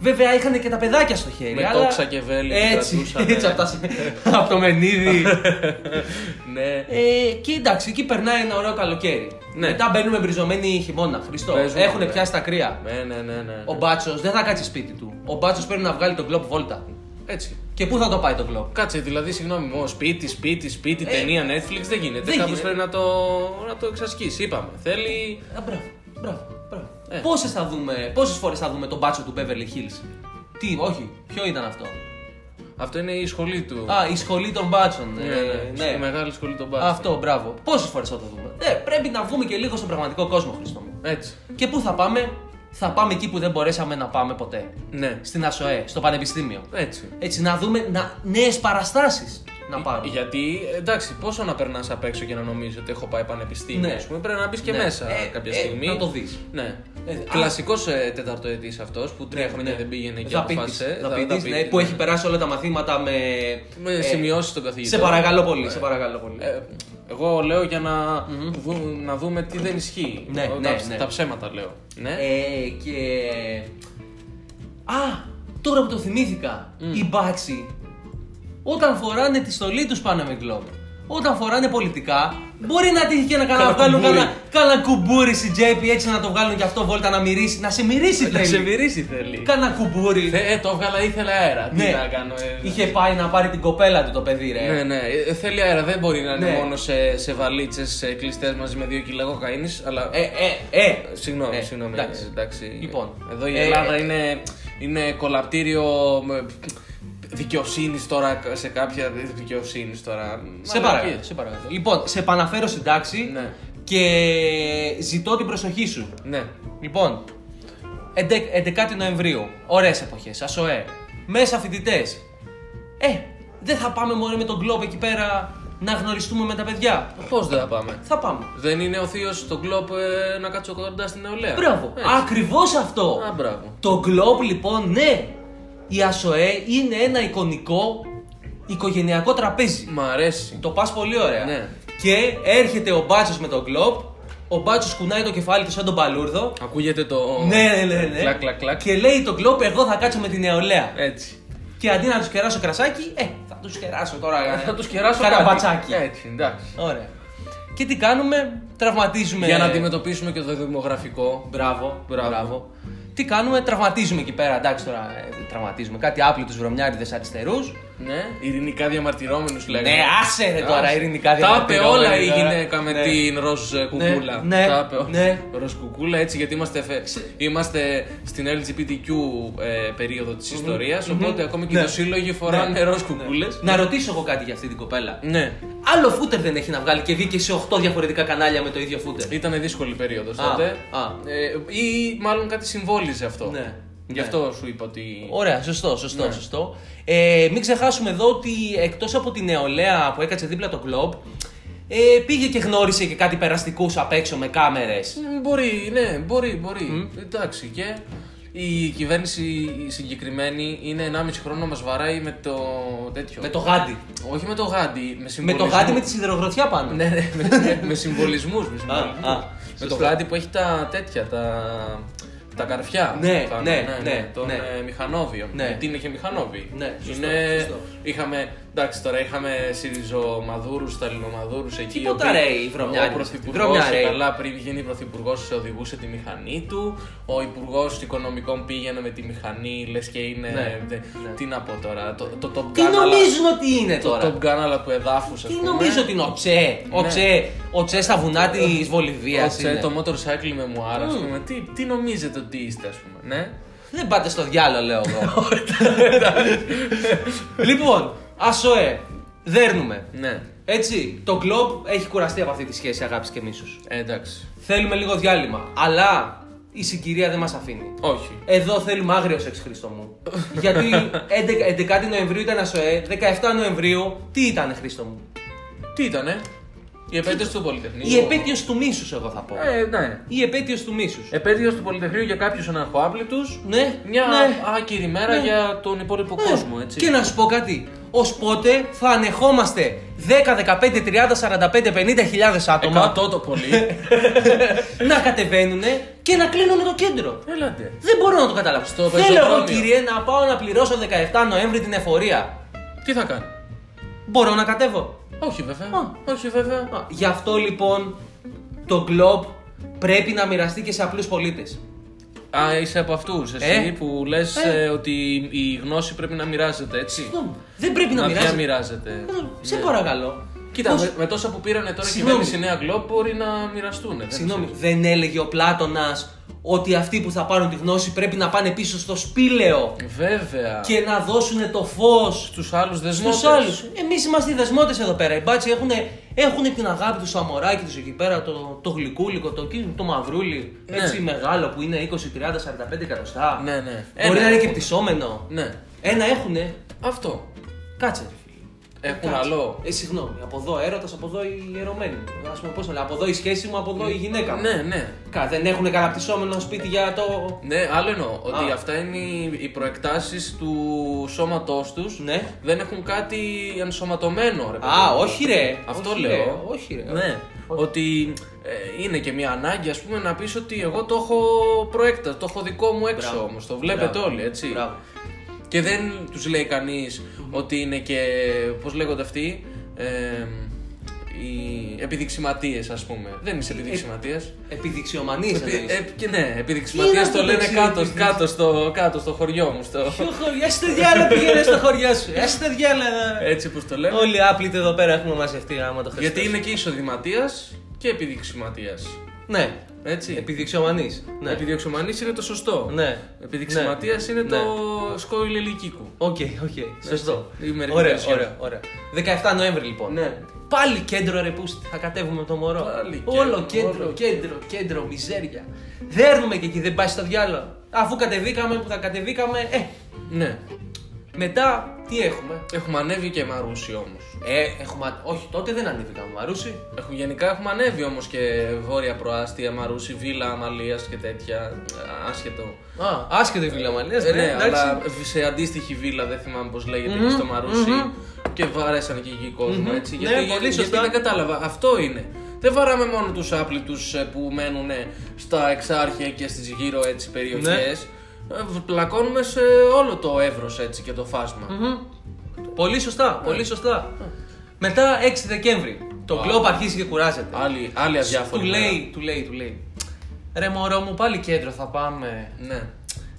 Speaker 1: Βέβαια είχαν και τα παιδάκια στο χέρι.
Speaker 2: Με
Speaker 1: αλλά...
Speaker 2: τόξα και βέλη που
Speaker 1: Έτσι, (laughs)
Speaker 2: κρατούσανε.
Speaker 1: έτσι από, τα... σε- από το
Speaker 2: (laughs)
Speaker 1: μενίδι.
Speaker 2: (laughs) Ναι.
Speaker 1: Ε, και εντάξει, εκεί περνάει ένα ωραίο καλοκαίρι.
Speaker 2: Ναι.
Speaker 1: Μετά μπαίνουμε μπριζωμένοι χειμώνα. Χριστό.
Speaker 2: Παίζουμε,
Speaker 1: Έχουν
Speaker 2: ναι.
Speaker 1: πιάσει τα κρύα.
Speaker 2: Ναι, ναι, ναι. ναι.
Speaker 1: Ο Μπάτσος δεν θα κάτσει σπίτι του. Ο Μπάτσος πρέπει να βγάλει τον κλοπ βόλτα.
Speaker 2: Έτσι.
Speaker 1: Και πού θα το πάει τον κλοπ.
Speaker 2: Κάτσε, δηλαδή, συγγνώμη μου, σπίτι, σπίτι, σπίτι,
Speaker 1: Ε,
Speaker 2: ταινία Netflix δεν γίνεται.
Speaker 1: δεν
Speaker 2: Κάπως
Speaker 1: γίνεται.
Speaker 2: πρέπει να το, να το εξασκήσει. Είπαμε. Θέλει.
Speaker 1: Α, Ε, μπράβο, μπράβο, μπράβο.
Speaker 2: Ε.
Speaker 1: Πόσες, θα δούμε, πόσες φορές θα δούμε τον μπάτσο του Beverly Hills. Τι, όχι, ποιο ήταν αυτό.
Speaker 2: Αυτό είναι η σχολή του.
Speaker 1: Α, η σχολή των μπάτσων.
Speaker 2: Ναι,
Speaker 1: ε,
Speaker 2: ναι,
Speaker 1: ναι.
Speaker 2: Στη μεγάλη σχολή των μπάσκετ.
Speaker 1: Αυτό, μπράβο. Πόσες φορές θα το δούμε. Ε, πρέπει να βγούμε και λίγο στον πραγματικό κόσμο, Χριστό μου.
Speaker 2: Έτσι.
Speaker 1: Και πού θα πάμε, θα πάμε εκεί που δεν μπορέσαμε να πάμε ποτέ.
Speaker 2: Ναι.
Speaker 1: Στην ΑΣΟΕ, στο Πανεπιστήμιο.
Speaker 2: Έτσι.
Speaker 1: Έτσι, να δούμε να... νέες παραστάσεις.
Speaker 2: Ε,
Speaker 1: να πάρουν.
Speaker 2: Γιατί εντάξει, πόσο να περνάς απ' έξω και να νομίζεις ότι έχω πάει πανεπιστήμιο.
Speaker 1: Ναι.
Speaker 2: ας πούμε, πρέπει να μπεις και
Speaker 1: Ναι.
Speaker 2: μέσα
Speaker 1: Ε,
Speaker 2: κάποια
Speaker 1: ε,
Speaker 2: στιγμή.
Speaker 1: να το δεις.
Speaker 2: Ναι.
Speaker 1: Ε, Ναι,
Speaker 2: Κλασικός ε, τέταρτοετή αυτός που τρία χρόνια δεν πήγαινε και αποφάσισε. θα- θα
Speaker 1: Δαπητής, ναι,
Speaker 2: πει-
Speaker 1: που έχει περάσει όλα τα μαθήματα με.
Speaker 2: με
Speaker 1: ε,
Speaker 2: σημειώσεις τον καθηγητή.
Speaker 1: Σε παρακαλώ πολύ, σε παρακαλώ πολύ.
Speaker 2: Ε, εγώ λέω για να, δου- να δούμε τι δεν ισχύει.
Speaker 1: Ναι,
Speaker 2: τα,
Speaker 1: ναι, ναι.
Speaker 2: τα ψέματα λέω. Ναι.
Speaker 1: Ε, και. Α, τώρα που το θυμήθηκα,
Speaker 2: Mm.
Speaker 1: οι μπάτσι όταν φοράνε τη στολή τους πάνε με γκλόμ. Όταν φοράνε πολιτικά, μπορεί να τύχει και να κάνα,
Speaker 2: Κάνα
Speaker 1: βγάλουν
Speaker 2: κουμπούρι.
Speaker 1: κάνα, κάνα κουμπούρι στην τσέπη έτσι να το βγάλουν και αυτό βόλτα να μυρίσει. Να σε μυρίσει
Speaker 2: να σε
Speaker 1: θέλει.
Speaker 2: μυρίσει θέλει.
Speaker 1: Κάνα κουμπούρι.
Speaker 2: Θε- Ε, το έβγαλα, ήθελε αέρα. Τι
Speaker 1: Ναι.
Speaker 2: να κάνω. ε,
Speaker 1: Είχε πάει να πάρει την κοπέλα του το παιδί, ρε.
Speaker 2: Ναι, ναι, ε, θέλει αέρα. Δεν μπορεί να είναι
Speaker 1: Ναι.
Speaker 2: μόνο σε, σε βαλίτσες σε κλειστές μαζί με δύο κιλά κοκαίνης. Αλλά.
Speaker 1: Ε, ε, ε.
Speaker 2: συγγνώμη,
Speaker 1: ε,
Speaker 2: συγγνώμη.
Speaker 1: εντάξει.
Speaker 2: ε, εντάξει.
Speaker 1: Λοιπόν,
Speaker 2: Εδώ η
Speaker 1: ε,
Speaker 2: Ελλάδα
Speaker 1: ε,
Speaker 2: είναι, είναι κολαπτήριο δικαιοσύνης τώρα σε κάποια δικαιοσύνης τώρα.
Speaker 1: Σε
Speaker 2: Μαλακίες.
Speaker 1: παρακαλώ. Σε παρακαλώ. Λοιπόν, σε επαναφέρω στην τάξη
Speaker 2: Ναι.
Speaker 1: και ζητώ την προσοχή σου.
Speaker 2: Ναι.
Speaker 1: Λοιπόν, 11, 11 Νοεμβρίου, ωραίες εποχές, ΑΣΟΕ, μέσα φοιτητέ. Ε, δεν θα πάμε μόνο με τον κλοπ εκεί πέρα να γνωριστούμε με τα παιδιά.
Speaker 2: Πώς δεν θα πάμε.
Speaker 1: Θα πάμε.
Speaker 2: Δεν είναι ο θείος στον κλοπ ε, να κάτσω κοντά στην νεολαία.
Speaker 1: Μπράβο,
Speaker 2: Ε, Έτσι.
Speaker 1: ακριβώς αυτό.
Speaker 2: Α, μπράβο.
Speaker 1: Το Globe λοιπόν, ναι, η ΑΣΟΕ είναι ένα εικονικό οικογενειακό τραπέζι.
Speaker 2: Μ' αρέσει.
Speaker 1: Το πας πολύ ωραία.
Speaker 2: Ναι.
Speaker 1: Και έρχεται ο Μπάτσος με τον Globe, ο Μπάτσος κουνάει το κεφάλι του σαν τον παλούρδο.
Speaker 2: Ακούγεται το.
Speaker 1: Ναι, ναι, ναι, ναι.
Speaker 2: Κλακ, κλακ, κλακ.
Speaker 1: Και λέει το Globe, εγώ θα κάτσω με τη νεολαία.
Speaker 2: Έτσι.
Speaker 1: Και αντί να τους κεράσω κρασάκι, ε, θα τους κεράσω τώρα. ε,
Speaker 2: Θα τους κεράσω
Speaker 1: κάνα
Speaker 2: κάτι. Ε.
Speaker 1: μπατσάκι.
Speaker 2: Έτσι, εντάξει.
Speaker 1: Ωραία. Και τι κάνουμε, τραυματίζουμε.
Speaker 2: Για να αντιμετωπίσουμε και το δημογραφικό.
Speaker 1: Μπράβο,
Speaker 2: Μπράβο.
Speaker 1: μπράβο. Τι κάνουμε, τραυματίζουμε εκεί πέρα. Εντάξει τώρα, ε, τραυματίζουμε. Κάτι άπλητου βρωμιάριδες αριστερούς.
Speaker 2: Ναι, ειρηνικά διαμαρτυρόμενους λέγανε.
Speaker 1: Ναι, άσε ρε τώρα,
Speaker 2: Άσε.
Speaker 1: ειρηνικά
Speaker 2: Τα είπε όλα η
Speaker 1: διαμαρτυρόμενοι τώρα.
Speaker 2: γυναίκα με
Speaker 1: Ναι.
Speaker 2: την ροζ ε, κουκούλα.
Speaker 1: ναι,
Speaker 2: Τα είπε όλα.
Speaker 1: ναι.
Speaker 2: Ροζ κουκούλα, έτσι, γιατί είμαστε, φε- είμαστε στην LGBTQ ε, περίοδο της ιστορία. Οπότε ακόμη και οι
Speaker 1: Ναι.
Speaker 2: δοσύλλογοι φοράνε
Speaker 1: Ναι.
Speaker 2: ροζ κουκούλες.
Speaker 1: Να ρωτήσω εγώ κάτι για αυτή την κοπέλα.
Speaker 2: Ναι.
Speaker 1: Άλλο φούτερ δεν έχει να βγάλει και βγήκε σε 8 διαφορετικά κανάλια με το ίδιο φούτερ.
Speaker 2: Ήταν δύσκολη περίοδος
Speaker 1: Α,
Speaker 2: τότε.
Speaker 1: α.
Speaker 2: Ε, ή μάλλον κάτι συμβόλιζε αυτό.
Speaker 1: Ναι.
Speaker 2: Γι'
Speaker 1: Ναι.
Speaker 2: αυτό σου είπα ότι.
Speaker 1: Ωραία, σωστό,
Speaker 2: Ναι.
Speaker 1: σωστό, σωστό. Ε, μην ξεχάσουμε εδώ ότι εκτός από τη νεολαία που έκατσε δίπλα το κλοπ, ε, πήγε και γνώρισε και κάτι περαστικούς απ' έξω με κάμερες.
Speaker 2: Μ, Μπορεί, ναι, μπορεί, μπορεί. Εντάξει, και η κυβέρνηση η συγκεκριμένη είναι 1,5 χρόνο μας βαράει με το τέτοιο.
Speaker 1: Με το γάντι.
Speaker 2: Όχι με το γάντι, με
Speaker 1: Με το
Speaker 2: συμβολισμούς.
Speaker 1: γάντι με τη σιδηρογροθιά πάνω.
Speaker 2: Ναι, ναι, με, με συμβολισμούς, με συμβολισμούς.
Speaker 1: α,
Speaker 2: με το
Speaker 1: σωστό.
Speaker 2: γάντι που έχει τα τέτοια, τα, τα καρφιά.
Speaker 1: Ναι,
Speaker 2: τα-
Speaker 1: ναι, ναι,
Speaker 2: Τον
Speaker 1: ναι.
Speaker 2: ε, μηχανόβιο.
Speaker 1: Ναι.
Speaker 2: Γιατί είναι και μηχανόβιο.
Speaker 1: Ναι, σωστό,
Speaker 2: είναι...
Speaker 1: σωστό.
Speaker 2: Είχαμε, εντάξει τώρα, είχαμε ΣΥΡΙΖΟ-Μαδούρους, Σταλινομαδούρους εκεί.
Speaker 1: Τίποτα,
Speaker 2: οι οποίοι-
Speaker 1: ρε, οι βρωμιάριδες,
Speaker 2: Ο πρωθυπουργός,
Speaker 1: βρωμιά, ρε.
Speaker 2: καλά πριν γίνει πρωθυπουργός, οδηγούσε τη μηχανή του. Ο υπουργός Οικονομικών πήγαινε με τη μηχανή, λες και είναι...
Speaker 1: Ναι,
Speaker 2: δε- Τι να πω τώρα, το, το, Top
Speaker 1: Τι
Speaker 2: Gun, αλλά-
Speaker 1: νομίζουν ότι είναι
Speaker 2: το
Speaker 1: τώρα.
Speaker 2: Top Gun αλλά του εδάφους, ας
Speaker 1: Τι
Speaker 2: πούμε.
Speaker 1: νομίζω ότι είναι ο Τσε. Ο
Speaker 2: Ναι.
Speaker 1: Τσε, ο Τσε στα βουνά της Βολιβίας.
Speaker 2: Κότσε, το motorcycle με μουάρα, ας πούμε. Τι, τι νομίζετε ότι είστε, ας πούμε, ναι.
Speaker 1: Δεν πάτε στο διάλογο, λέω
Speaker 2: (laughs)
Speaker 1: εγώ. λοιπόν, ασοέ, δέρνουμε.
Speaker 2: Ναι,
Speaker 1: Έτσι, το κλοπ έχει κουραστεί από αυτή τη σχέση αγάπης και μίσους.
Speaker 2: Ε, εντάξει.
Speaker 1: Θέλουμε λίγο διάλειμμα. Αλλά η συγκυρία δεν μας αφήνει.
Speaker 2: Όχι.
Speaker 1: Εδώ θέλουμε άγριο σεξ, Χριστό
Speaker 2: (laughs)
Speaker 1: μου. Γιατί 11, 11 Νοεμβρίου ήταν ασοέ, 17 Νοεμβρίου τι ήταν, Χριστό μου.
Speaker 2: Τι ήτανε, η επέτειος του Πολυτεχνείου.
Speaker 1: Η επέτειος του μίσους, εγώ θα πω.
Speaker 2: Ε, ναι.
Speaker 1: Η επέτειος του μίσους.
Speaker 2: Επέτειος του Πολυτεχνείου για κάποιους αναρχοάπλητους.
Speaker 1: Ναι,
Speaker 2: Ε, Μια
Speaker 1: ναι. Ε,
Speaker 2: άκυρη μέρα για τον υπόλοιπο κόσμο, έτσι.
Speaker 1: Και να σου πω κάτι. Ως πότε θα ανεχόμαστε 10, 15, 30, 45, 50 χιλιάδες άτομα
Speaker 2: Εκατό το πολύ.
Speaker 1: (laughs) Ε. να κατεβαίνουν και να κλείνουν το κέντρο.
Speaker 2: Έλατε.
Speaker 1: Δεν μπορώ να το καταλάβω.
Speaker 2: Στο
Speaker 1: Θέλω εγώ,
Speaker 2: πεζοδρόμιο.
Speaker 1: κύριε, να πάω να πληρώσω 17 Νοέμβρη την εφορία.
Speaker 2: Τι θα κάνει.
Speaker 1: Μπορώ να κατέβω.
Speaker 2: Όχι βέβαια.
Speaker 1: Α.
Speaker 2: Όχι βέβαια.
Speaker 1: Α, Γι' αυτό λοιπόν το Globe πρέπει να μοιραστεί και σε απλούς πολίτες.
Speaker 2: Α, είσαι από αυτούς εσύ
Speaker 1: Ε.
Speaker 2: που λες
Speaker 1: Ε.
Speaker 2: ε, ότι η γνώση πρέπει να μοιράζεται, έτσι.
Speaker 1: Δεν πρέπει να,
Speaker 2: να
Speaker 1: μοιράζεται.
Speaker 2: διαμοιράζεται.
Speaker 1: Σε παρακαλώ.
Speaker 2: Κοίτα,
Speaker 1: Πώς-
Speaker 2: με, με τόσα που πήρανε τώρα η
Speaker 1: Συγγνώμη.
Speaker 2: κυβέρνηση Νέα Γκλόπ μπορεί να μοιραστούν.
Speaker 1: Συγγνώμη, δεν έλεγε ο Πλάτωνας ότι αυτοί που θα πάρουν τη γνώση πρέπει να πάνε πίσω στο σπήλαιο
Speaker 2: Βέβαια.
Speaker 1: και να δώσουν το φως
Speaker 2: στους άλλους δεσμότες.
Speaker 1: στους άλλους. Εμείς είμαστε οι δεσμότες εδώ πέρα. Οι μπάτσοι έχουν, έχουν την αγάπη του αμοράκι τους εκεί πέρα, το, το γλυκούλικο, το, εκείνο, το μαυρούλι,
Speaker 2: Ναι.
Speaker 1: έτσι μεγάλο που είναι 20, 30, 45 εκατοστά.
Speaker 2: Ναι, ναι.
Speaker 1: Μπορεί να
Speaker 2: Ένα
Speaker 1: είναι και
Speaker 2: έχουν.
Speaker 1: πτυσσόμενο.
Speaker 2: Ναι.
Speaker 1: Ένα έχουνε.
Speaker 2: Αυτό.
Speaker 1: Κάτσε ρε φίλε.
Speaker 2: Έχουν
Speaker 1: Κάτσε.
Speaker 2: άλλο.
Speaker 1: Ε, συγγνώμη, από εδώ έρωτας, από εδώ η ερωμένη μου. Α πούμε, πώ να λέω, από εδώ η σχέση μου, από εδώ η γυναίκα μου.
Speaker 2: Ναι, ναι.
Speaker 1: Κα, δεν έχουν καναπτυσσόμενο σπίτι για το.
Speaker 2: Ναι, άλλο εννοώ. Ότι
Speaker 1: Α.
Speaker 2: αυτά είναι οι- οι προεκτάσεις του σώματός τους.
Speaker 1: Ναι.
Speaker 2: Δεν έχουν κάτι ενσωματωμένο, ρε παιδί
Speaker 1: Α,
Speaker 2: μου.
Speaker 1: όχι ρε.
Speaker 2: Αυτό
Speaker 1: όχι,
Speaker 2: λέω.
Speaker 1: Ρε, όχι ρε.
Speaker 2: Ναι. Ότι ε, είναι και μια ανάγκη, ας πούμε, να πεις ότι εγώ το έχω προέκτα, το έχω δικό μου έξω
Speaker 1: Μπράβο.
Speaker 2: όμως. Το βλέπετε
Speaker 1: Μπράβο.
Speaker 2: όλοι, έτσι.
Speaker 1: Μπράβο.
Speaker 2: Και δεν τους λέει κανείς ότι είναι και. Πώς λέγονται αυτοί. Ε, οι επιδειξηματίες, ας πούμε. Δεν
Speaker 1: Ε,
Speaker 2: είσαι επιδειξηματία.
Speaker 1: Επιδειξιομανή
Speaker 2: και ναι,
Speaker 1: Τι είναι
Speaker 2: επιδειξηματίε
Speaker 1: αυτό
Speaker 2: το
Speaker 1: το
Speaker 2: λένε
Speaker 1: ξύ-
Speaker 2: κάτω, κάτω, στο, κάτω στο χωριό μου. Στο,
Speaker 1: Ποιο χωριό, έστε διάλα πήγαινε στο χωριό σου. Έστε διάλα.
Speaker 2: έτσι που το λένε.
Speaker 1: Όλοι οι άπλητοι εδώ πέρα έχουμε μαζευτεί άμα το χρειαστεί.
Speaker 2: Γιατί είναι και ισοδηματία και επιδειξηματία.
Speaker 1: Ναι.
Speaker 2: Έτσι.
Speaker 1: Επιδειξιομανή. Ναι.
Speaker 2: Επιδειξηματία είναι το σωστό.
Speaker 1: Ναι.
Speaker 2: Επιδειξηματία είναι
Speaker 1: Ναι.
Speaker 2: το σκόιλ ελικίκου.
Speaker 1: Οκ, οκ.
Speaker 2: Ναι,
Speaker 1: Σωστό.
Speaker 2: Η μερική
Speaker 1: Ωραία,
Speaker 2: versión.
Speaker 1: ωραία, ωραία. 17 Νοέμβρη λοιπόν.
Speaker 2: Ναι.
Speaker 1: Πάλι κέντρο ρε πούστη, θα κατέβουμε το μωρό.
Speaker 2: Πάλι
Speaker 1: όλο
Speaker 2: κέντρο,
Speaker 1: κέντρο,
Speaker 2: όλο.
Speaker 1: κέντρο, κέντρο, μιζέρια. Δέρνουμε και εκεί, δεν πάει στο διάλογο. Αφού κατεβήκαμε που θα κατεβήκαμε, ε,
Speaker 2: Ναι.
Speaker 1: μετά τι έχουμε.
Speaker 2: Έχουμε ανέβει και μαρούσι όμως.
Speaker 1: Ε, έχουμε, όχι, τότε δεν ανέβηκαμε, Μαρούσι.
Speaker 2: Έχουμε, γενικά έχουμε ανέβει όμως και βόρεια προάστια, μαρούσι, βίλα, αμαλίας και τέτοια. ε, Άσχετο.
Speaker 1: Α, άσχετο η Βιλαμαλία,
Speaker 2: Ε, ναι, αλλά σε αντίστοιχη βίλα, δεν θυμάμαι πώς λέγεται, εκεί στο μαρουσι Και βαρέσαν και εκεί κόσμο, έτσι.
Speaker 1: Ναι,
Speaker 2: Γιατί,
Speaker 1: πολύ
Speaker 2: γιατί,
Speaker 1: σωστά.
Speaker 2: δεν κατάλαβα, αυτό είναι. Δεν βαράμε μόνο τους άπλητους ε, που μένουν στα εξάρχεια και στις γύρω έτσι περιοχές. Ε, β- Πλακώνουμε σε όλο το εύρος έτσι και το φασμα
Speaker 1: Μμμ. Πολύ σωστά, πολύ σωστά. Μετά 6 Δεκέμβρη. Το κλόπ αρχίζει και κουράζεται.
Speaker 2: Άλλη, άλλη αδιάφορη.
Speaker 1: Του
Speaker 2: μέρα.
Speaker 1: λέει, του λέει, του λέει. Ρε μωρό μου, πάλι κέντρο θα πάμε.
Speaker 2: Ναι.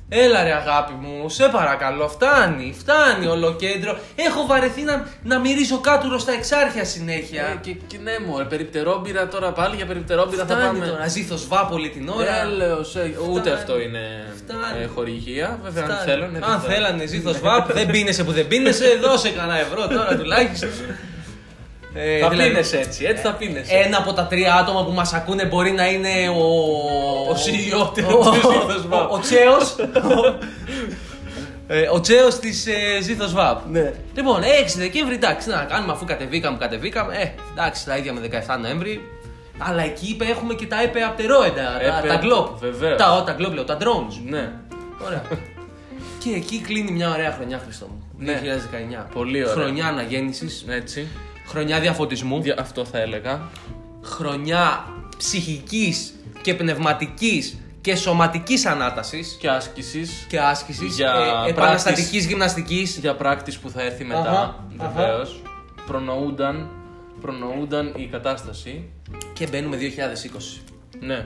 Speaker 1: Έλα ρε αγάπη μου, σε παρακαλώ, φτάνει, φτάνει ολοκέντρο. Έχω βαρεθεί να, να μυρίζω κάτουρο στα εξάρχεια συνέχεια.
Speaker 2: Ε, και, και ναι, μου, περιπτερόμπυρα τώρα πάλι για περιπτερόμπυρα Ε, θα
Speaker 1: φτάνει
Speaker 2: πάμε.
Speaker 1: τώρα, ζήθος βά πολύ την ώρα.
Speaker 2: Ε, λέω, σε- ούτε αυτό είναι
Speaker 1: Φτάνει.
Speaker 2: ε, χορηγία. Βέβαια, αν
Speaker 1: Φτάνει.
Speaker 2: θέλουν.
Speaker 1: Αν θέλανε, ζήθο βαπ, δεν πίνεσαι που δεν πίνεσαι, δώσε κανένα ευρώ τώρα τουλάχιστον. Ε,
Speaker 2: θα
Speaker 1: δηλαδή, Ε,
Speaker 2: πίνεσαι έτσι, έτσι θα πίνεσαι.
Speaker 1: Ένα από τα τρία άτομα που μας ακούνε μπορεί να είναι ο.
Speaker 2: Ο CEO του
Speaker 1: ο-
Speaker 2: Ζήθος Βαπ.
Speaker 1: ο- Ο Τσέος. Ε, Ο Τσέος της ε, Ζήθος Βαπ.
Speaker 2: Ναι.
Speaker 1: Λοιπόν, 6 Δεκέμβρη, εντάξει, να κάνουμε αφού κατεβήκαμε, κατεβήκαμε. Ε, εντάξει, τα ίδια με 17 Νοέμβρη. Αλλά εκεί είπε, έχουμε και τα έπε απτερόεντα, τα,
Speaker 2: Έπε,
Speaker 1: τα γκλόπ.
Speaker 2: βεβαίως.
Speaker 1: Τα, τα γκλόπ λέω, τα drones.
Speaker 2: Ναι.
Speaker 1: Ωραία. και εκεί κλείνει μια ωραία χρονιά, Χριστό μου.
Speaker 2: Ναι.
Speaker 1: 2019.
Speaker 2: Πολύ ωραία.
Speaker 1: Χρονιά αναγέννησης,
Speaker 2: Έτσι.
Speaker 1: χρονιά διαφωτισμού,
Speaker 2: Δια- Αυτό θα έλεγα.
Speaker 1: χρονιά ψυχικής και πνευματικής και σωματικής ανάτασης
Speaker 2: Και άσκησης.
Speaker 1: και ε, άσκησης.
Speaker 2: Για
Speaker 1: επαναστατικής γυμναστικής.
Speaker 2: Για πράκτη που θα έρθει μετά.
Speaker 1: Αχα,
Speaker 2: Βεβαίως. Προνοούνταν, προνοούνταν η κατάσταση.
Speaker 1: Και μπαίνουμε 2020.
Speaker 2: Ναι.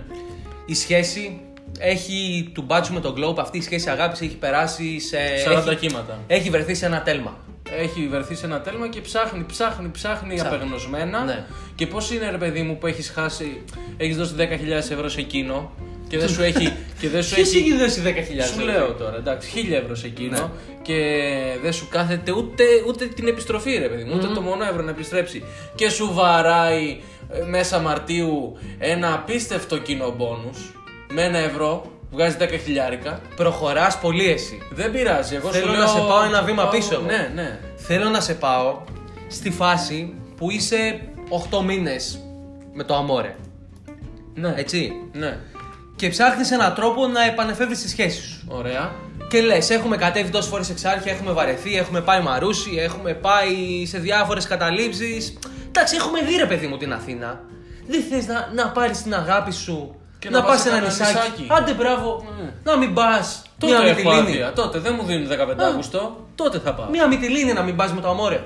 Speaker 1: Η σχέση έχει του μπάτσου με τον Globe, αυτή η σχέση αγάπης έχει περάσει σε.
Speaker 2: 40
Speaker 1: Ε, έχει,
Speaker 2: κύματα.
Speaker 1: έχει βρεθεί σε ένα τέλμα.
Speaker 2: Έχει βρεθεί σε ένα τέλμα και ψάχνει, ψάχνει, ψάχνει απεγνωσμένα.
Speaker 1: Ναι.
Speaker 2: Και πώς είναι, ρε παιδί μου, που έχεις χάσει, έχεις δώσει 10.000 ευρώ σε εκείνο και δεν σου έχει. Και δεν σου
Speaker 1: Ποιο
Speaker 2: έχει
Speaker 1: έχει δώσει 10.000
Speaker 2: Σου
Speaker 1: ευρώ? Ναι.
Speaker 2: λέω τώρα, εντάξει, χίλια ευρώ σε εκείνο και δεν σου κάθεται ούτε, ούτε την επιστροφή, ρε παιδί μου, ούτε το μόνο ευρώ να επιστρέψει. Και σου βαράει ε, μέσα Μαρτίου ένα απίστευτο κοινό bonus με ένα ευρώ, βγάζει 10 χιλιάρικα.
Speaker 1: Προχωράς πολύ εσύ.
Speaker 2: Δεν πειράζει, εγώ
Speaker 1: Θέλω
Speaker 2: σου λέω.
Speaker 1: να σε πάω ένα βήμα
Speaker 2: πάω-
Speaker 1: πίσω εγώ.
Speaker 2: Ναι, ναι.
Speaker 1: Θέλω να σε πάω στη φάση που είσαι 8 μήνες με το αμόρε.
Speaker 2: Ναι.
Speaker 1: Έτσι.
Speaker 2: ναι.
Speaker 1: Και ψάχνεις έναν τρόπο να επανεφεύρεις τη σχέση σου.
Speaker 2: Ωραία.
Speaker 1: Και λες, έχουμε κατέβει τόσες φορές εξάρχεια, έχουμε βαρεθεί, έχουμε πάει μαρούσι, έχουμε πάει σε διάφορες καταλήψεις. Εντάξει, έχουμε δει ρε παιδί μου την Αθήνα. Δεν θες να, να πάρεις την αγάπη σου,
Speaker 2: Και
Speaker 1: να,
Speaker 2: να
Speaker 1: πας
Speaker 2: πας
Speaker 1: σε ένα
Speaker 2: σε
Speaker 1: νησάκι.
Speaker 2: κανένα νησάκι.
Speaker 1: Άντε μπράβο,
Speaker 2: Ναι.
Speaker 1: να μην πας.
Speaker 2: Τότε
Speaker 1: Μια
Speaker 2: έχω
Speaker 1: Μυτιλίνη.
Speaker 2: άδεια. Τότε δεν μου δίνουν 15 Αύγουστο, τότε θα πάω.
Speaker 1: Μια Μυτιλίνη να μην πας με το αμόρε.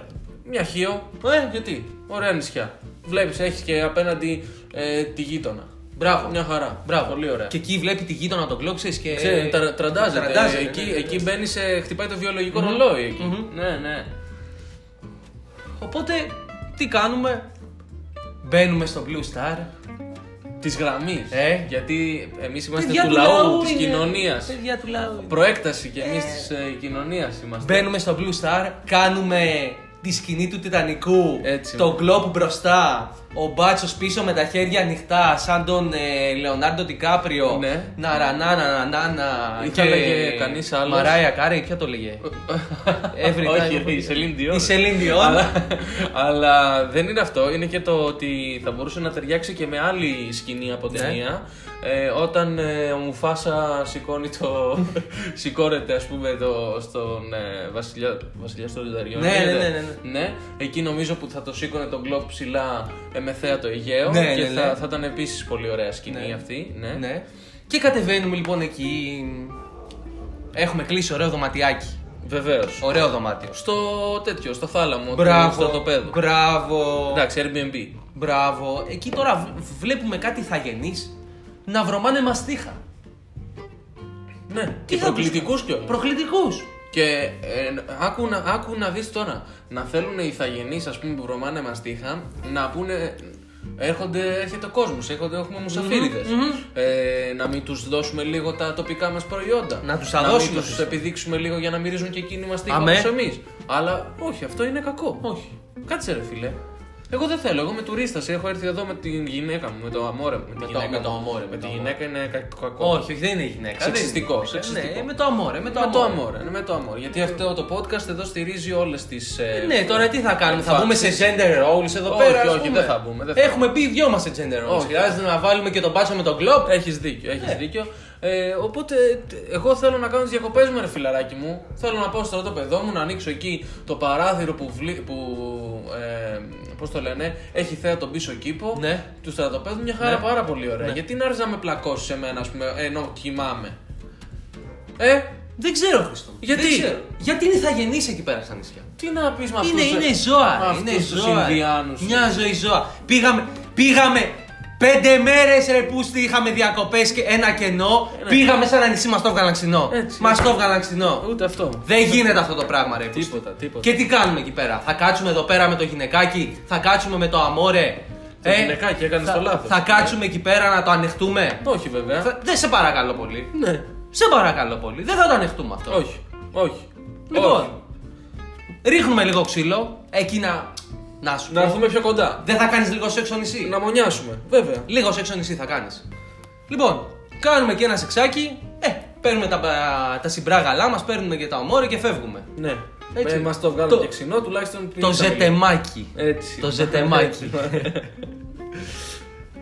Speaker 2: Μια χείο. Ε, γιατί. Ωραία νησιά. Βλέπεις, έχεις και απέναντι ε, τη γείτονα.
Speaker 1: Μπράβο.
Speaker 2: Μια χαρά.
Speaker 1: Μπράβο.
Speaker 2: Πολύ ωραία.
Speaker 1: Και εκεί βλέπει τη γείτονα τον κλόψει και.
Speaker 2: Ξέρει, τρα- τραντάζεται. Ε,
Speaker 1: Τραντάζεται,
Speaker 2: εκεί
Speaker 1: ναι.
Speaker 2: εκεί μπαίνει σε. χτυπάει το βιολογικο ρολόι εκεί.
Speaker 1: Μμμ.
Speaker 2: Ναι, ναι.
Speaker 1: Οπότε τι κάνουμε. Μπαίνουμε στο Blue Star.
Speaker 2: Της γραμμής.
Speaker 1: Ε.
Speaker 2: Γιατί εμείς είμαστε
Speaker 1: Παιδιά
Speaker 2: του λαού, της
Speaker 1: είναι.
Speaker 2: κοινωνίας.
Speaker 1: Παιδιά Ε. του λαού. είναι.
Speaker 2: Προέκταση και εμείς τη κοινωνίας είμαστε.
Speaker 1: Μπαίνουμε στο Blue Star, κάνουμε τη σκηνή του Τιτανικού.
Speaker 2: Έτσι.
Speaker 1: Το γκλόπ μπροστά. ο Μπάτσος πίσω με τα χέρια ανοιχτά, σαν τον ε, Λεωνάρντο Τικάπριο.
Speaker 2: Ναι.
Speaker 1: Να ρανά, να να να.
Speaker 2: Ή θα λέγε κανείς άλλος.
Speaker 1: Μαράια Κάρι, ποια το λέγε. Every
Speaker 2: (laughs) Όχι,
Speaker 1: time-
Speaker 2: ρε, η Σελήν Dion.
Speaker 1: Η Celine Dion.
Speaker 2: αλλά, αλλά δεν είναι αυτό. Είναι και το ότι θα μπορούσε να ταιριάξει και με άλλη σκηνή από
Speaker 1: Ναι.
Speaker 2: ταινία. Ε, όταν ε, ο Μουφάσα σηκώνει το.
Speaker 1: (laughs)
Speaker 2: σηκώνεται, ας πούμε, το, στον ε, βασιλιά, βασιλιά των Λιονταριών.
Speaker 1: Ναι, ναι,
Speaker 2: λέγεται.
Speaker 1: ναι, ναι,
Speaker 2: Εκεί νομίζω που θα το σήκωνε τον κλοπ ψηλά ε, με θέα το Αιγαίο.
Speaker 1: Ναι,
Speaker 2: και
Speaker 1: ναι,
Speaker 2: θα,
Speaker 1: ναι.
Speaker 2: θα ήταν επίσης πολύ ωραία σκηνή
Speaker 1: Ναι.
Speaker 2: αυτή. Ναι.
Speaker 1: Ναι. Και κατεβαίνουμε λοιπόν εκεί. Έχουμε κλείσει ωραίο δωματιάκι.
Speaker 2: Βεβαίως.
Speaker 1: Ωραίο δωμάτιο.
Speaker 2: Στο τέτοιο, στο θάλαμο, του
Speaker 1: Μπράβο.
Speaker 2: στρατοπέδου.
Speaker 1: Μπράβο.
Speaker 2: Εντάξει, Airbnb.
Speaker 1: Μπράβο. Εκεί τώρα β- βλέπουμε κάτι ηθαγενείς να βρωμάνε μαστίχα.
Speaker 2: Ναι,
Speaker 1: Τι
Speaker 2: και
Speaker 1: θα τους-
Speaker 2: προκλητικού κιόλας.
Speaker 1: Προκλητικούς.
Speaker 2: Και ε, άκου, να, άκου να δεις τώρα, να θέλουν οι ηθαγενείς ας πούμε που βρωμάνε μαστίχα να πούνε έρχονται, έρχεται ο κόσμος, έρχονται, έχουμε μουσαφίριδες.
Speaker 1: μμμ.
Speaker 2: ε, να μην τους δώσουμε λίγο τα τοπικά μας προϊόντα.
Speaker 1: Να τους
Speaker 2: Να
Speaker 1: αδώσουμε
Speaker 2: μην τους
Speaker 1: τους.
Speaker 2: επιδείξουμε λίγο για να μυρίζουν και εκείνοι μαστίχα
Speaker 1: Αμέ.
Speaker 2: όπως εμείς. Αλλά όχι, αυτό είναι κακό. Όχι. Κάτσε ρε φίλε. Εγώ δεν θέλω, εγώ είμαι τουρίστας, έχω έρθει εδώ με την γυναίκα μου, με το αμόρε μου.
Speaker 1: Με το-
Speaker 2: γυναίκα
Speaker 1: με το
Speaker 2: μου.
Speaker 1: αμόρε,
Speaker 2: Με
Speaker 1: με
Speaker 2: τη
Speaker 1: το
Speaker 2: γυναίκα είναι κα- κακό.
Speaker 1: Όχι, όχι, δεν είναι γυναίκα. δεν είναι
Speaker 2: Σεξιστικός,
Speaker 1: γυναίκα.
Speaker 2: σεξιστικό.
Speaker 1: Ναι, με το αμόρε, με το
Speaker 2: με το
Speaker 1: αμόρε.
Speaker 2: αμόρ, ναι, με το αμόρ. Γιατί αυτό το podcast εδώ στηρίζει ε, όλες τις.
Speaker 1: Ε. Ναι, τώρα τι θα κάνουμε, θα μπούμε σε gender roles εδώ
Speaker 2: Όχι,
Speaker 1: πέρα. ας
Speaker 2: όχι,
Speaker 1: πούμε.
Speaker 2: δεν θα μπούμε, δεν θα
Speaker 1: Έχουμε πει δυο μας σε gender roles.
Speaker 2: Όχι.
Speaker 1: Χρειάζεται να βάλουμε και τον Πάτσο με τον κλοπ.
Speaker 2: Έχεις δίκιο, έχεις δίκιο. Ε, οπότε τ- εγώ θέλω να κάνω τις διακοπές μου, ρε φιλαράκι μου. Θέλω να πάω στο στρατόπεδό μου, να ανοίξω εκεί το παράθυρο που. Βλή, που ε, πώς το λένε, έχει θέα τον πίσω κήπο
Speaker 1: Ναι.
Speaker 2: τους στρατοπέδους μια χαρά
Speaker 1: Ναι.
Speaker 2: πάρα πολύ ωραία. Γιατί να έρθεις να με πλακώσεις σε μένα, ας πούμε, ενώ κοιμάμαι. Ε,
Speaker 1: Δεν ξέρω, Χριστό. μου.
Speaker 2: Γιατί?
Speaker 1: Δεν ξέρω. Γιατί είναι ηθαγενεί εκεί πέρα στα νησιά.
Speaker 2: τι να πεις με
Speaker 1: Είναι,
Speaker 2: αυτούς, ε,
Speaker 1: είναι ζώα.
Speaker 2: με
Speaker 1: ρε,
Speaker 2: αυτούς
Speaker 1: Είναι
Speaker 2: τους
Speaker 1: ζώα. ρε.
Speaker 2: Ινδιάνους.
Speaker 1: Μια ζωή ζώα. Πήγαμε, πήγαμε πέντε μέρες ρε πούστη, είχαμε διακοπές και ένα κενό.
Speaker 2: Ένα
Speaker 1: πήγαμε σε ένα νησί, μας το έβγαλαν ξινό.
Speaker 2: Έτσι.
Speaker 1: Μας το έβγαλαν ξινό.
Speaker 2: Ούτε αυτό.
Speaker 1: Δεν γίνεται αυτό το πράγμα, ρε. πούστη.
Speaker 2: Τίποτα, τίποτα.
Speaker 1: Και τι κάνουμε εκεί πέρα. Θα κάτσουμε εδώ πέρα με το γυναικάκι, θα κάτσουμε με το αμόρε. Ε,
Speaker 2: Το γυναικάκι, έκανες
Speaker 1: θα,
Speaker 2: το λάθος. Ε.
Speaker 1: Θα κάτσουμε εκεί πέρα να το ανεχτούμε.
Speaker 2: Όχι βέβαια.
Speaker 1: Θα- Δεν σε παρακαλώ πολύ.
Speaker 2: Ναι.
Speaker 1: Σε παρακαλώ πολύ. Δεν θα το ανεχτούμε αυτό.
Speaker 2: Όχι. Όχι. Όχι.
Speaker 1: Λοιπόν, ρίχνουμε λίγο ξύλο. Εκεί να, να σου
Speaker 2: Να
Speaker 1: πω.
Speaker 2: έρθουμε πιο κοντά.
Speaker 1: Δεν θα κάνεις λίγο σεξ στο νησί.
Speaker 2: Να μονιάσουμε. Βέβαια.
Speaker 1: Λίγο σεξ στο νησί θα κάνεις. Λοιπόν, κάνουμε και ένα σεξάκι. Ε, παίρνουμε τα, τα συμπράγαλά μας, παίρνουμε και τα ομόρια και φεύγουμε.
Speaker 2: Ναι.
Speaker 1: Έτσι.
Speaker 2: Ε, μας το βγάλω
Speaker 1: Το-
Speaker 2: και ξινό τουλάχιστον πριν.
Speaker 1: Το
Speaker 2: τα
Speaker 1: ζετεμάκι.
Speaker 2: μιλάμε. Έτσι.
Speaker 1: Το ζετεμάκι.
Speaker 2: Έτσι.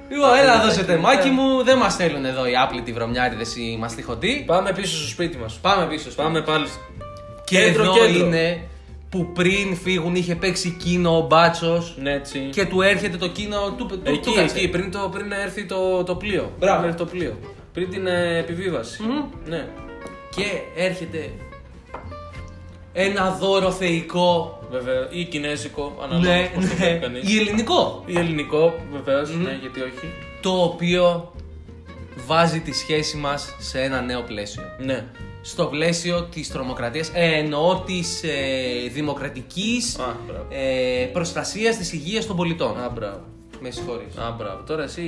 Speaker 1: Λοιπόν, έλα εδώ ζετεμάκι μου. Δεν μας θέλουν εδώ οι άπλητοι βρωμιάριδες οι μαστιχωτοί.
Speaker 2: (laughs) Πάμε πίσω στο σπίτι μας.
Speaker 1: Πάμε πίσω. στο-
Speaker 2: Πάμε πάλι.
Speaker 1: Και
Speaker 2: Κέντρο,
Speaker 1: εδώ
Speaker 2: κέντρο.
Speaker 1: είναι που πριν φύγουν είχε παίξει κίνο ο μπάτσος.
Speaker 2: Ναι, έτσι.
Speaker 1: Και του έρχεται το κίνο του. του-
Speaker 2: Εκεί,
Speaker 1: του κάτσε.
Speaker 2: εκεί, πριν, το, πριν έρθει το, το πλοίο.
Speaker 1: Μπράβο.
Speaker 2: Πριν έρθει το πλοίο. Πριν την ε, επιβίβαση.
Speaker 1: Μμμ.
Speaker 2: Ναι.
Speaker 1: Και έρχεται ένα δώρο θεϊκό.
Speaker 2: Βέβαια. Ή κινέζικο, ανάλογα
Speaker 1: Ναι,
Speaker 2: πώς το βλέπει
Speaker 1: ναι.
Speaker 2: κανείς.
Speaker 1: Ή ελληνικό.
Speaker 2: Ή ελληνικό, βεβαίως. Ναι, γιατί όχι.
Speaker 1: Το οποίο βάζει τη σχέση μας σε ένα νέο πλαίσιο.
Speaker 2: Ναι.
Speaker 1: Στο πλαίσιο της τρομοκρατίας, ε, εννοώ της ε, δημοκρατικής
Speaker 2: Α, μπράβο.
Speaker 1: ε, προστασίας της υγείας των πολιτών.
Speaker 2: Α, μπράβο.
Speaker 1: Με συγχωρείς.
Speaker 2: Α, μπράβο. Τώρα εσύ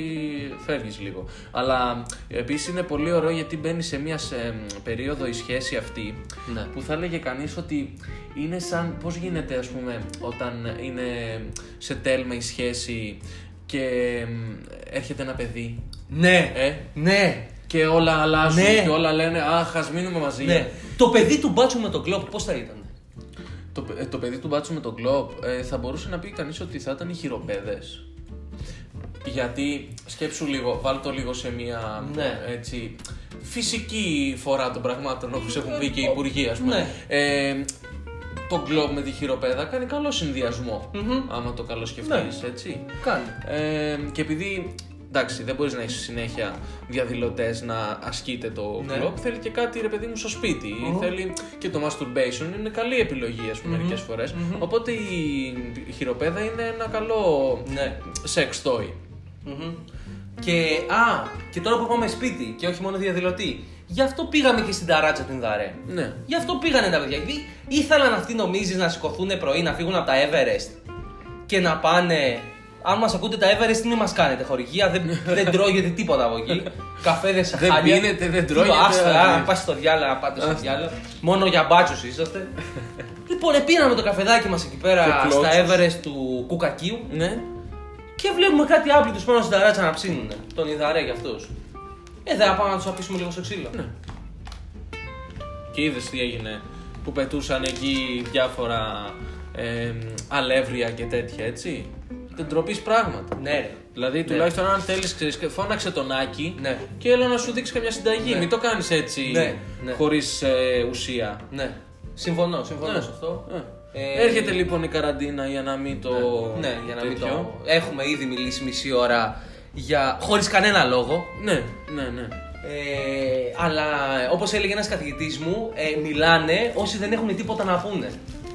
Speaker 2: φεύγεις λίγο. Αλλά επίσης είναι πολύ ωραίο γιατί μπαίνει σε μια σε, μ, περίοδο η σχέση αυτή
Speaker 1: Ναι.
Speaker 2: που θα έλεγε κανείς ότι είναι σαν. Πώς γίνεται, ας πούμε, όταν είναι σε τέλμα η σχέση και μ, έρχεται ένα παιδί.
Speaker 1: Ναι,
Speaker 2: Ε.
Speaker 1: ναι,
Speaker 2: Και όλα αλλάζουν
Speaker 1: Ναι.
Speaker 2: και όλα λένε Αχ, ας μείνουμε μαζί.
Speaker 1: ναι. Το παιδί του μπάτσου με τον κλόπ πώς θα ήταν.
Speaker 2: Το, παι- ε, το παιδί του μπάτσου με τον κλοπ ε, θα μπορούσε να πει κανείς ότι θα ήταν οι χειροπέδες. Γιατί σκέψου λίγο, βάλ το λίγο σε μια
Speaker 1: Ναι.
Speaker 2: ε, έτσι, φυσική φορά των πραγμάτων όπως έχουν πει και οι υπουργοί, ας πούμε.
Speaker 1: Ναι.
Speaker 2: Ε, το κλοπ με τη χειροπέδα κάνει καλό συνδυασμό,
Speaker 1: Μμμ. Ναι.
Speaker 2: άμα το καλό σκεφτείς, έτσι.
Speaker 1: Κάνει.
Speaker 2: Ε, και επειδή εντάξει, δεν μπορείς να έχεις συνέχεια διαδηλωτές να ασκείτε το
Speaker 1: Ναι.
Speaker 2: κλοπ. Θέλει και κάτι ρε παιδί μου στο σπιτι
Speaker 1: Μμμ.
Speaker 2: Θέλει και το masturbation είναι καλή επιλογή, ας πουμε μερικές φορές. Οπότε η χειροπέδα είναι ένα καλό
Speaker 1: Ναι.
Speaker 2: sex toy.
Speaker 1: Μμμ. Και, α, και τώρα που πάμε σπίτι και όχι μόνο διαδηλωτή, γι' αυτό πήγαμε και στην ταράτσα την Δαρέ.
Speaker 2: Ναι.
Speaker 1: Γι' αυτό πήγανε τα παιδιά. Γιατί ήθελαν αυτοί, νομίζεις, να σηκωθούν πρωί, να φύγουν από τα Everest και να πάνε. Αν μας ακούτε τα Everest, μην μας κάνετε χορηγία. Δεν,
Speaker 2: (laughs)
Speaker 1: δεν τρώγεται τίποτα από εκεί. Καφέδες
Speaker 2: Δεν
Speaker 1: χάλια.
Speaker 2: πίνετε, δεν
Speaker 1: Τίποτα.
Speaker 2: τρώγεται. ναι.
Speaker 1: Άστα, να πας στο διάλογο, να πάτε στο διάλογο. Μόνο για μπάτσους
Speaker 2: (laughs)
Speaker 1: είσαστε. λοιπόν, ε, πίναμε το καφεδάκι μας εκεί πέρα
Speaker 2: Και
Speaker 1: στα
Speaker 2: κλώτσους.
Speaker 1: Everest του Κουκακίου
Speaker 2: Ναι.
Speaker 1: και Και βλέπουμε κάτι άπλητους πάνω στην ταράτσα να ψήνουν. Τον Ιδαρέ κι αυτούς. Ε, δεν θα πάμε να τους αφήσουμε λίγο στο ξύλο.
Speaker 2: Ναι. Και είδες τι έγινε που πετούσαν εκεί διάφορα ε, αλεύρια και τέτοια, έτσι. Δεν τροπείς πράγματα.
Speaker 1: Ναι, ρε.
Speaker 2: Δηλαδή, τουλάχιστον αν θέλεις, ξέρεις, φώναξε τον Άκη
Speaker 1: Ναι.
Speaker 2: και έλα να σου δείξει καμιά συνταγή.
Speaker 1: Ναι.
Speaker 2: Μην το κάνεις έτσι
Speaker 1: Ναι, ναι.
Speaker 2: χωρίς ε, ουσία.
Speaker 1: Ναι. Συμφωνώ, συμφωνώ
Speaker 2: Ναι.
Speaker 1: σε αυτό.
Speaker 2: Ε.
Speaker 1: Ε,
Speaker 2: Έρχεται λοιπόν η καραντίνα για να μην το.
Speaker 1: Ναι, για να μην το.
Speaker 2: τέτοιο.
Speaker 1: Έχουμε ήδη μιλήσει μισή ώρα για... χωρίς κανένα λόγο.
Speaker 2: Ναι, ναι, ναι.
Speaker 1: Ε, αλλά όπως έλεγε ένας καθηγητής μου, ε, μιλάνε όσοι δεν έχουν τίποτα να πούνε.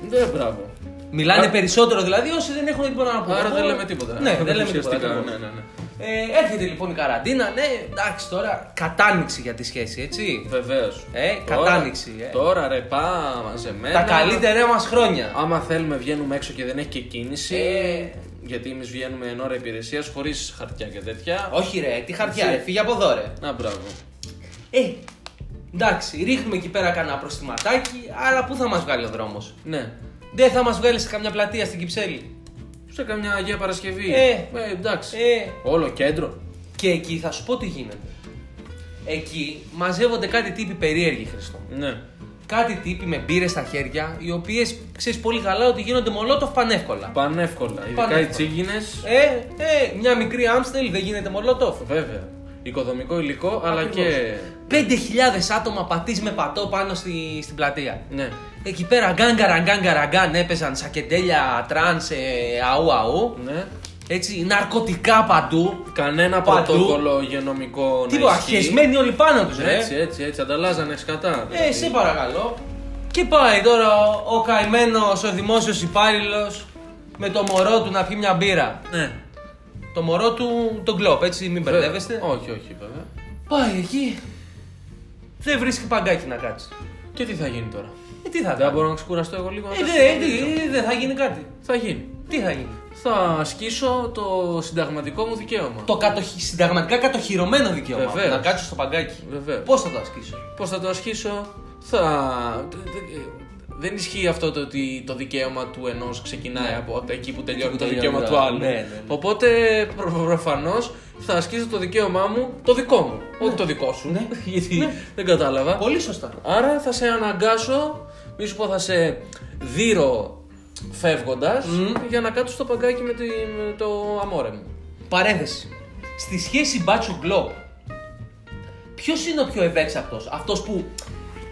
Speaker 2: Δεν Ναι, μπράβο.
Speaker 1: Μιλάνε
Speaker 2: Α-
Speaker 1: περισσότερο δηλαδή όσοι δεν έχουν τίποτα να πούνε.
Speaker 2: Άρα δεν
Speaker 1: Εγώ-
Speaker 2: λέμε τίποτα.
Speaker 1: Ναι, δεν λέμε τίποτα.
Speaker 2: Ουσιαστικά,
Speaker 1: ακριβώς.
Speaker 2: Ναι, ναι, ναι.
Speaker 1: Ε, έρχεται λοιπόν η καραντίνα, ναι, εντάξει τώρα, κατάνοιξη για τη σχέση, έτσι.
Speaker 2: Βεβαίως.
Speaker 1: Ε, κατάνοιξη, ε.
Speaker 2: Τώρα ρε, πά, μαζεμένα.
Speaker 1: Τα καλύτερά μας χρόνια.
Speaker 2: Άμα θέλουμε, βγαίνουμε έξω και δεν έχει και κίνηση.
Speaker 1: Ε.
Speaker 2: Γιατί εμείς βγαίνουμε εν ώρα υπηρεσίας χωρίς χαρτιά και τέτοια.
Speaker 1: Όχι ρε, τι χαρτιά,
Speaker 2: Έτσι.
Speaker 1: ρε, φύγε από εδώ ρε.
Speaker 2: Να μπράβο.
Speaker 1: Ε, εντάξει, ρίχνουμε εκεί πέρα κανένα προστιματάκι, αλλά πού θα μας βγάλει ο δρόμος.
Speaker 2: Ναι.
Speaker 1: Δεν θα μας βγάλει σε καμιά πλατεία στην Κυψέλη.
Speaker 2: Σε καμιά Αγία Παρασκευή.
Speaker 1: Ε.
Speaker 2: εντάξει.
Speaker 1: Ε,
Speaker 2: Όλο κέντρο.
Speaker 1: και εκεί θα σου πω τι γίνεται. Εκεί μαζεύονται κάτι τύποι περίεργοι, Χριστό.
Speaker 2: Ναι.
Speaker 1: Κάτι τύποι με μπύρες στα χέρια, οι οποίες ξέρεις πολύ καλά ότι γίνονται μολότοφ πανεύκολα.
Speaker 2: Πανεύκολα. Ειδικά
Speaker 1: Πανεύκολα.
Speaker 2: οι τσίγινες.
Speaker 1: Ε, ε, μια μικρή Άμστελ δεν γίνεται μολότοφ.
Speaker 2: Βέβαια. Οικοδομικό υλικό, αλλά και.
Speaker 1: 5.000 άτομα πατής με πατό πάνω στη, στην πλατεία.
Speaker 2: Ναι.
Speaker 1: Εκεί πέρα γκάν καραγκάν καραγκάν έπαιζαν σακεντέλια τρανς ε, αού αού.
Speaker 2: ναι.
Speaker 1: Έτσι, ναρκωτικά παντού.
Speaker 2: Κανένα
Speaker 1: Παντού.
Speaker 2: πρωτόκολλο υγειονομικό να
Speaker 1: Τίποτα,
Speaker 2: Ναι, ισχύει.
Speaker 1: χεσμένοι όλοι πάνω τους, ρε.
Speaker 2: Έτσι, έτσι, έτσι. Ανταλλάζανε σκατά.
Speaker 1: Ε, σε παρακαλώ. Και πάει τώρα ο- ο καημένος ο δημόσιος υπάλληλος με το μωρό του να πιει μια μπύρα.
Speaker 2: Ναι.
Speaker 1: Το μωρό του τον κλοπ, έτσι, μην μπερδεύεστε.
Speaker 2: Όχι, όχι, βέβαια.
Speaker 1: Πάει εκεί. Δεν βρίσκει παγκάκι να κάτσει.
Speaker 2: Και τι θα γίνει τώρα.
Speaker 1: Ε, τι θα
Speaker 2: Δεν
Speaker 1: κάνει.
Speaker 2: μπορώ να ξεκουραστώ εγώ λίγο. να
Speaker 1: Ε,
Speaker 2: το
Speaker 1: δεν δε,
Speaker 2: σκεφτώ.
Speaker 1: δε θα γίνει κάτι.
Speaker 2: Θα γίνει.
Speaker 1: Τι θα γίνει.
Speaker 2: Θα ασκήσω το συνταγματικό μου δικαίωμα.
Speaker 1: Το κατοχυ- συνταγματικά κατοχυρωμένο δικαίωμα.
Speaker 2: Βεβαίως.
Speaker 1: Να κάτσω στο παγκάκι.
Speaker 2: Βεβαίως.
Speaker 1: Πώς θα το ασκήσω.
Speaker 2: Πώς θα το ασκήσω, θα. Δεν ισχύει αυτό το ότι το δικαίωμα του ενός ξεκινάει από εκεί που τελειώνει
Speaker 1: Ναι. Εκεί που
Speaker 2: το
Speaker 1: τελειώνει
Speaker 2: δικαίωμα
Speaker 1: το
Speaker 2: του
Speaker 1: άλλο.
Speaker 2: άλλου.
Speaker 1: Ναι, ναι, ναι.
Speaker 2: Οπότε προ- προφανώς θα ασκήσω το δικαίωμά μου, το δικό μου. Όχι το δικό σου.
Speaker 1: Ναι.
Speaker 2: (laughs) Γιατί δεν κατάλαβα.
Speaker 1: Πολύ σωστά.
Speaker 2: Άρα θα σε αναγκάσω, μη σου πω θα σε δύρω φεύγοντας για να κάτσεις στο παγκάκι με, τη, με το αμόρε μου.
Speaker 1: Παρένθεση. Στη σχέση μπάτσου γκλοπ, ποιος είναι ο πιο ευέξαπτος, αυτός που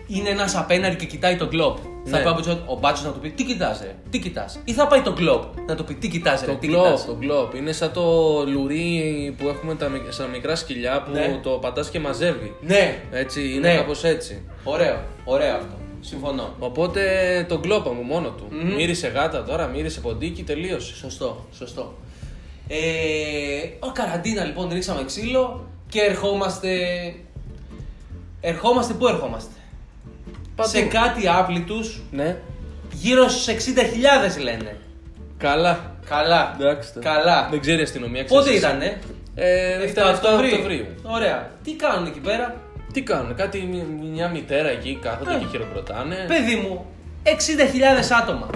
Speaker 1: είναι ένας απέναντι και κοιτάει τον γκλοπ.
Speaker 2: Ναι.
Speaker 1: Θα πάει ο Μπάτσος- ο μπάτσο να του πει τι κοιτάζει, ρε, τι κοιτάς. Ή θα πάει τον γκλοπ να του πει τι κοιτάζει, ρε,
Speaker 2: Το
Speaker 1: τι
Speaker 2: γκλόπ,
Speaker 1: κοιτάς.
Speaker 2: το γκλόπ. Είναι σαν το λουρί που έχουμε τα, μικ- στα μικρά σκυλιά που
Speaker 1: Ναι.
Speaker 2: το πατάς και μαζεύει.
Speaker 1: Ναι,
Speaker 2: Έτσι, είναι
Speaker 1: Ναι.
Speaker 2: κάπως έτσι.
Speaker 1: ωραίο, ωραίο αυτό. Συμφωνώ.
Speaker 2: Οπότε τον γκλόπα μου μόνο του.
Speaker 1: Μμμ.
Speaker 2: Μύρισε γάτα τώρα, μύρισε ποντίκι, τελείωσε.
Speaker 1: Σωστό, σωστό. Ε, ο καραντίνα λοιπόν ρίξαμε ξύλο και ερχόμαστε. Ερχόμαστε, πού ερχόμαστε.
Speaker 2: Παντού.
Speaker 1: Σε κάτι άπλητους,
Speaker 2: Ναι.
Speaker 1: γύρω στους 60.000 λένε.
Speaker 2: Καλά.
Speaker 1: Καλά.
Speaker 2: Εντάξει. τώρα.
Speaker 1: Καλά.
Speaker 2: Δεν ξέρει η αστυνομία.
Speaker 1: Πότε
Speaker 2: ξέρεις.
Speaker 1: ήτανε.
Speaker 2: Ε, ήταν αυτό Οκτωβρίου.
Speaker 1: Ωραία. Τι κάνουν εκεί πέρα.
Speaker 2: Τι κάνουν, κάτι μι- μια μητέρα εκεί κάθονται
Speaker 1: Ε.
Speaker 2: και χειροκροτάνε.
Speaker 1: Παιδί μου, 60.000 άτομα.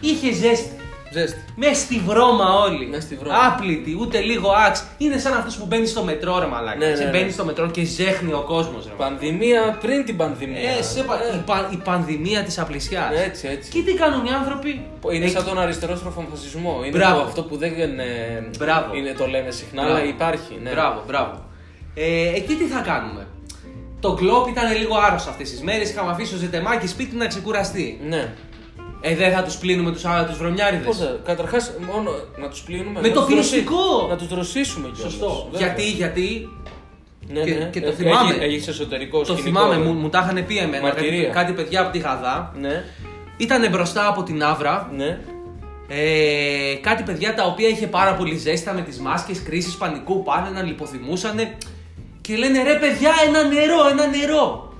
Speaker 1: Είχε ζέστη.
Speaker 2: Ζέστη.
Speaker 1: Μες στη βρώμα όλοι.
Speaker 2: Μες στη βρώμα.
Speaker 1: Άπλητη, ούτε λίγο αξ. Είναι σαν αυτό που μπαίνεις στο μετρό, ρε μαλάκα.
Speaker 2: Ναι, ναι,
Speaker 1: Σε
Speaker 2: ναι.
Speaker 1: μπαίνεις στο μετρό και ζέχνει ο κόσμος, ρε. μαλάκα.
Speaker 2: Πανδημία πριν την πανδημία.
Speaker 1: Ε, σε πα- η, πα- η πανδημία της απλησιάς.
Speaker 2: Ναι, έτσι, έτσι.
Speaker 1: Και τι κάνουν οι άνθρωποι.
Speaker 2: Είναι
Speaker 1: Ε,
Speaker 2: σαν τον αριστερόστροφο φασισμό. Είναι
Speaker 1: Μπράβο.
Speaker 2: το- αυτό που δεν ε,
Speaker 1: Μπράβο.
Speaker 2: είναι, το λέμε συχνά,
Speaker 1: Μπράβο.
Speaker 2: αλλά υπάρχει. Ναι.
Speaker 1: Μπράβο, μπράβο. Ε, εκεί τι θα κάνουμε. Το κλοπ ήταν λίγο άρρωστο αυτές τις μέρες. Είχαμε αφήσει το ζετεμάκι σπίτι να ξεκουραστεί.
Speaker 2: Ναι.
Speaker 1: Ε, δεν θα τους πλύνουμε τους άλλου τους βρωμιάριδες.
Speaker 2: Πώς θα- καταρχάς, μόνο να τους πλύνουμε.
Speaker 1: Με
Speaker 2: να
Speaker 1: το
Speaker 2: τους δροσί-
Speaker 1: φυλιστικό!
Speaker 2: Να τους δροσίσουμε κιόλας.
Speaker 1: Σωστό.
Speaker 2: Βέβαια.
Speaker 1: Γιατί, γιατί.
Speaker 2: Ναι,
Speaker 1: και-
Speaker 2: ναι.
Speaker 1: και το
Speaker 2: Έχει-
Speaker 1: θυμάμαι.
Speaker 2: έχεις εσωτερικό
Speaker 1: Το
Speaker 2: σκηνικό,
Speaker 1: θυμάμαι,
Speaker 2: ε.
Speaker 1: μου, μου τα είχαν πει εμένα. Κάτι,
Speaker 2: Μαρτυρία.
Speaker 1: κάτι παιδιά από τη Γαδά.
Speaker 2: Ναι,
Speaker 1: Ήταν μπροστά από την Άβρα.
Speaker 2: ναι.
Speaker 1: Ε, κάτι παιδιά τα οποία είχε πάρα πολύ ζέστα με τις μάσκες, κρίσεις πανικού, πάνε να λιποθυμούσανε και λένε ρε παιδιά ένα νερό, ένα νερό.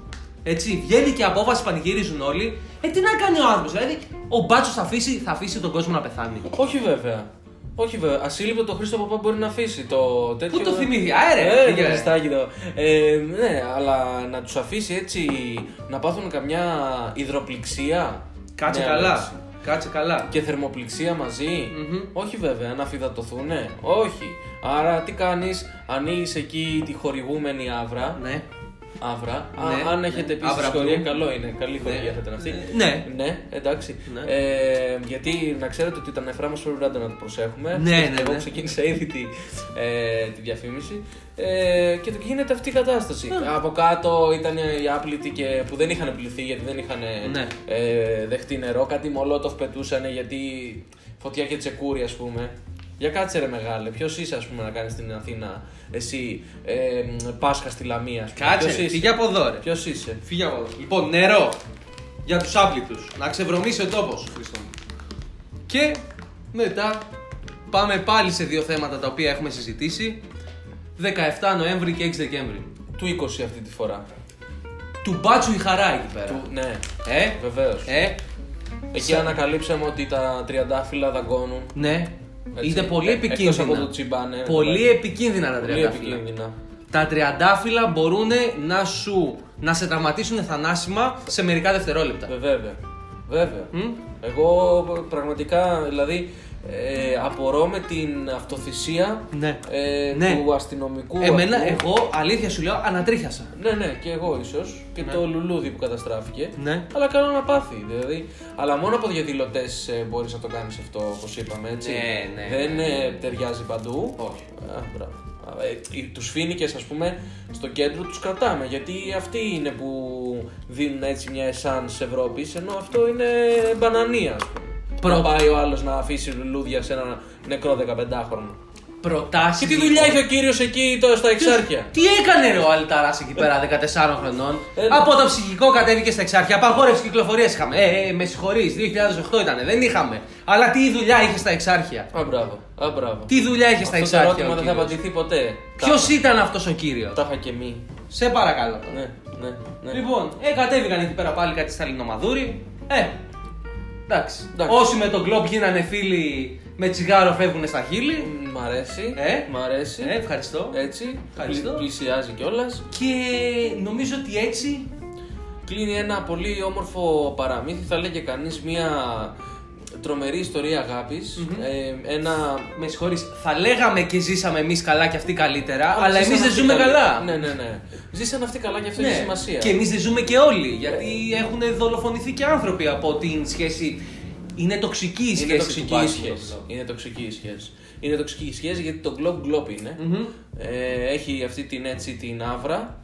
Speaker 1: Έτσι, βγαίνει και η απόφαση πανηγυρίζουν όλοι. Ε, τι να κάνει ο άνθρωπος, δηλαδή ο μπάτσος θα αφήσει, θα αφήσει τον κόσμο να πεθάνει.
Speaker 2: Όχι βέβαια. Όχι βέβαια. Ασύλληπτο το Χρήστο Παπά μπορεί να αφήσει το τέτοιο.
Speaker 1: το θυμήθηκε. Α, ε, ρε,
Speaker 2: Ε,
Speaker 1: πήγε, ρε.
Speaker 2: Χριστάκι το. Ε, ναι, αλλά να τους αφήσει έτσι να πάθουν καμιά υδροπληξία.
Speaker 1: Κάτσε
Speaker 2: Ναι,
Speaker 1: καλά.
Speaker 2: εντάξει.
Speaker 1: Κάτσε καλά.
Speaker 2: Και θερμοπληξία μαζί.
Speaker 1: Μμμ.
Speaker 2: Όχι βέβαια, να φυδατωθούνε. Όχι. Άρα τι κάνεις, ανοίγεις εκεί τη χορηγούμενη άβρα.
Speaker 1: Ναι.
Speaker 2: Αύρα.
Speaker 1: Ναι,
Speaker 2: Α, αν
Speaker 1: ναι.
Speaker 2: έχετε πει
Speaker 1: Αύρα
Speaker 2: ιστορία,
Speaker 1: Blue.
Speaker 2: καλό είναι. Καλή χορηγία θα ήταν αυτή.
Speaker 1: Ναι.
Speaker 2: Ναι, εντάξει.
Speaker 1: Ναι.
Speaker 2: Ε, γιατί να ξέρετε ότι τα νεφρά μα πρέπει πάντα να το προσέχουμε.
Speaker 1: Ναι, ναι,
Speaker 2: Εγώ
Speaker 1: ναι.
Speaker 2: ξεκίνησα ήδη τη, ε, τη διαφήμιση. Ε, και το- γίνεται αυτή η κατάσταση. Από κάτω ήταν οι άπλητοι και, που δεν είχαν πληθεί γιατί δεν είχαν
Speaker 1: Ναι.
Speaker 2: ε, δεχτεί νερό. Κάτι μολότοφ πετούσαν γιατί φωτιά και τσεκούρι, ας πούμε. Για κάτσε ρε μεγάλε, ποιος είσαι ας πούμε να κάνεις στην Αθήνα εσύ ε, Πάσχα στη Λαμία ας πούμε.
Speaker 1: Κάτσε.
Speaker 2: Ποιος είσαι?
Speaker 1: Φύγε από εδώ, ρε.
Speaker 2: Ποιος είσαι.
Speaker 1: Φύγε από εδώ. Λοιπόν, νερό για τους άπλητους. Να ξεβρωμίσει ο τόπος, Χρήστο μου. Και μετά πάμε πάλι σε δύο θέματα τα οποία έχουμε συζητήσει. 17 Νοέμβρη και 6 Δεκέμβρη.
Speaker 2: Του 20 αυτή τη φορά.
Speaker 1: Του μπάτσου η χαρά εκεί πέρα.
Speaker 2: Του, ναι,
Speaker 1: Ε,
Speaker 2: βεβαίως.
Speaker 1: ε,
Speaker 2: Εκεί ανακαλύψαμε ότι τα τριαντάφυλλα δαγκώνουν.
Speaker 1: ναι.
Speaker 2: Έτσι.
Speaker 1: Είναι πολύ
Speaker 2: Ε, εκτός
Speaker 1: επικίνδυνα.
Speaker 2: από το τσιμπάνε. ναι,
Speaker 1: Πολύ επικίνδυνα τα
Speaker 2: Πολύ
Speaker 1: τριαντάφυλλα.
Speaker 2: επικίνδυνα.
Speaker 1: Τα τριαντάφυλλα μπορούν να σου να σε τραυματίσουν θανάσιμα σε μερικά δευτερόλεπτα.
Speaker 2: Ε, Βέβαια. Βέβαια.
Speaker 1: Μμ.
Speaker 2: Εγώ πραγματικά, δηλαδή, ε, απορώ με την αυτοθυσία
Speaker 1: Ναι.
Speaker 2: ε,
Speaker 1: Ναι.
Speaker 2: του αστυνομικού.
Speaker 1: Εμένα,
Speaker 2: αυτού.
Speaker 1: εγώ αλήθεια σου λέω, ανατρίχιασα.
Speaker 2: Ναι, ναι, και εγώ ίσως. Και το λουλούδι που καταστράφηκε.
Speaker 1: Ναι.
Speaker 2: Αλλά καλό να πάθει. Δηλαδή, αλλά μόνο από διαδηλωτές μπορείς να το κάνεις αυτό, όπως είπαμε. Έτσι.
Speaker 1: Ναι, ναι,
Speaker 2: Δεν ε, ταιριάζει παντού.
Speaker 1: Όχι.
Speaker 2: Α, μπράβο. Α, ε, Τους φίνικες, ας πούμε, στο κέντρο τους κρατάμε. Γιατί αυτοί είναι που δίνουν έτσι μια εσάν Ευρώπης, ενώ αυτό είναι μπανανία, ας πούμε.
Speaker 1: Προ-
Speaker 2: Να πάει ο άλλος να αφήσει λουλούδια σε ένα νεκρό 15χρονο.
Speaker 1: Προτάσεις.
Speaker 2: Και τι δουλειά έχει ο κύριος εκεί τώρα στα εξάρχεια. Ε,
Speaker 1: Τι έκανε ρε ο Αλταράς εκεί πέρα 14 χρονών.
Speaker 2: ναι.
Speaker 1: Από το ψυχικό κατέβηκε στα εξάρχεια. Απαγόρευση κυκλοφορίας είχαμε. Ε, ε, με συγχωρείς, 2008 ήταν, δεν είχαμε. Αλλά τι δουλειά είχε στα εξάρχεια.
Speaker 2: Α, μπράβο. Α, μπράβο.
Speaker 1: Τι δουλειά είχε στα
Speaker 2: Αυτό το ερώτημα
Speaker 1: εξάρχεια.
Speaker 2: δεν θα απαντηθεί ποτέ.
Speaker 1: Ποιος ήταν αυτός ο κύριος.
Speaker 2: Τα- Τα είχα και μη.
Speaker 1: Σε παρακαλώ.
Speaker 2: Ναι, ναι, ναι.
Speaker 1: Λοιπόν, ε, κατέβηκαν εκεί πέρα πάλι κάτι στα Ελληνομαδούρη. Ε, εντάξει.
Speaker 2: Εντάξει.
Speaker 1: Όσοι με τον κλοπ γίνανε φίλοι, με τσιγάρο φεύγουν στα χείλη.
Speaker 2: Μ, Μ' αρέσει.
Speaker 1: Ε.
Speaker 2: Μ' αρέσει.
Speaker 1: Ε, ευχαριστώ.
Speaker 2: Έτσι.
Speaker 1: Ευχαριστώ.
Speaker 2: Πλη- Πλησιάζει κιόλας.
Speaker 1: Και νομίζω ότι έτσι.
Speaker 2: Κλείνει ένα πολύ όμορφο παραμύθι, θα λέγε κανείς μια τρομερή ιστορία αγάπης. Ε, ένα.
Speaker 1: Με συγχωρείς, θα λέγαμε και ζήσαμε εμείς καλά και αυτοί καλύτερα,
Speaker 2: Α,
Speaker 1: αλλά
Speaker 2: ζήσαν
Speaker 1: εμεί δεν
Speaker 2: αυτοί
Speaker 1: ζούμε
Speaker 2: καλά.
Speaker 1: καλά.
Speaker 2: Ναι, ναι, ναι. Ζήσαν αυτοί καλά και αυτό
Speaker 1: Ναι.
Speaker 2: έχει σημασία. Ναι.
Speaker 1: Και εμείς δεν ζούμε και όλοι. Γιατί έχουν δολοφονηθεί και άνθρωποι από την σχέση. Είναι τοξική η σχέση.
Speaker 2: Είναι
Speaker 1: του
Speaker 2: τοξική η
Speaker 1: Πάσχου.
Speaker 2: σχέση. ναι. Είναι τοξική η σχέση. Είναι τοξική η σχέση γιατί το Globe Globe είναι. Ε, έχει αυτή την έτσι την άβρα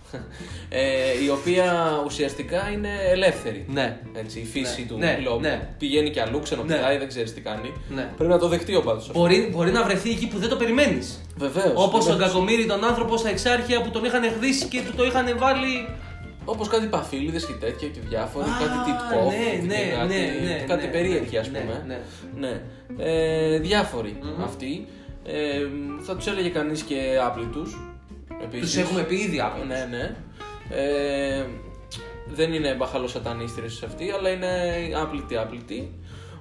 Speaker 2: ε, η οποία ουσιαστικά είναι ελεύθερη.
Speaker 1: Ναι.
Speaker 2: Έτσι, η φύση
Speaker 1: Ναι.
Speaker 2: του
Speaker 1: Ναι,
Speaker 2: Globe.
Speaker 1: ναι.
Speaker 2: Πηγαίνει και αλλού, ξενοπηδάει,
Speaker 1: Ναι.
Speaker 2: δεν ξέρεις τι κάνει.
Speaker 1: Ναι.
Speaker 2: Πρέπει να το δεχτεί ο πάντως.
Speaker 1: Μπορεί, μπορεί να βρεθεί εκεί που δεν το περιμένεις.
Speaker 2: Βεβαίως.
Speaker 1: Όπως τον κακομίρι τον άνθρωπο στα εξάρχεια που τον είχαν χδίσει και του το είχαν βάλει.
Speaker 2: Όπως κάτι παφίλιδες και τέτοια και διάφορα,
Speaker 1: Α,
Speaker 2: κάτι τυπκόφ,
Speaker 1: ναι, ναι,
Speaker 2: κάτι,
Speaker 1: ναι, ναι,
Speaker 2: κάτι
Speaker 1: ναι,
Speaker 2: περίεργοι ας
Speaker 1: ναι,
Speaker 2: πούμε.
Speaker 1: ναι.
Speaker 2: Ναι. Ε, διάφοροι αυτοί. Ε, θα τους έλεγε κανείς και άπλητους. επίσης.
Speaker 1: Τους έχουμε πει ήδη άπλητους.
Speaker 2: Ναι, ναι. Ε, δεν είναι μπαχαλοσατανίστρες αυτοί, αλλά είναι άπλητοι άπλητοι.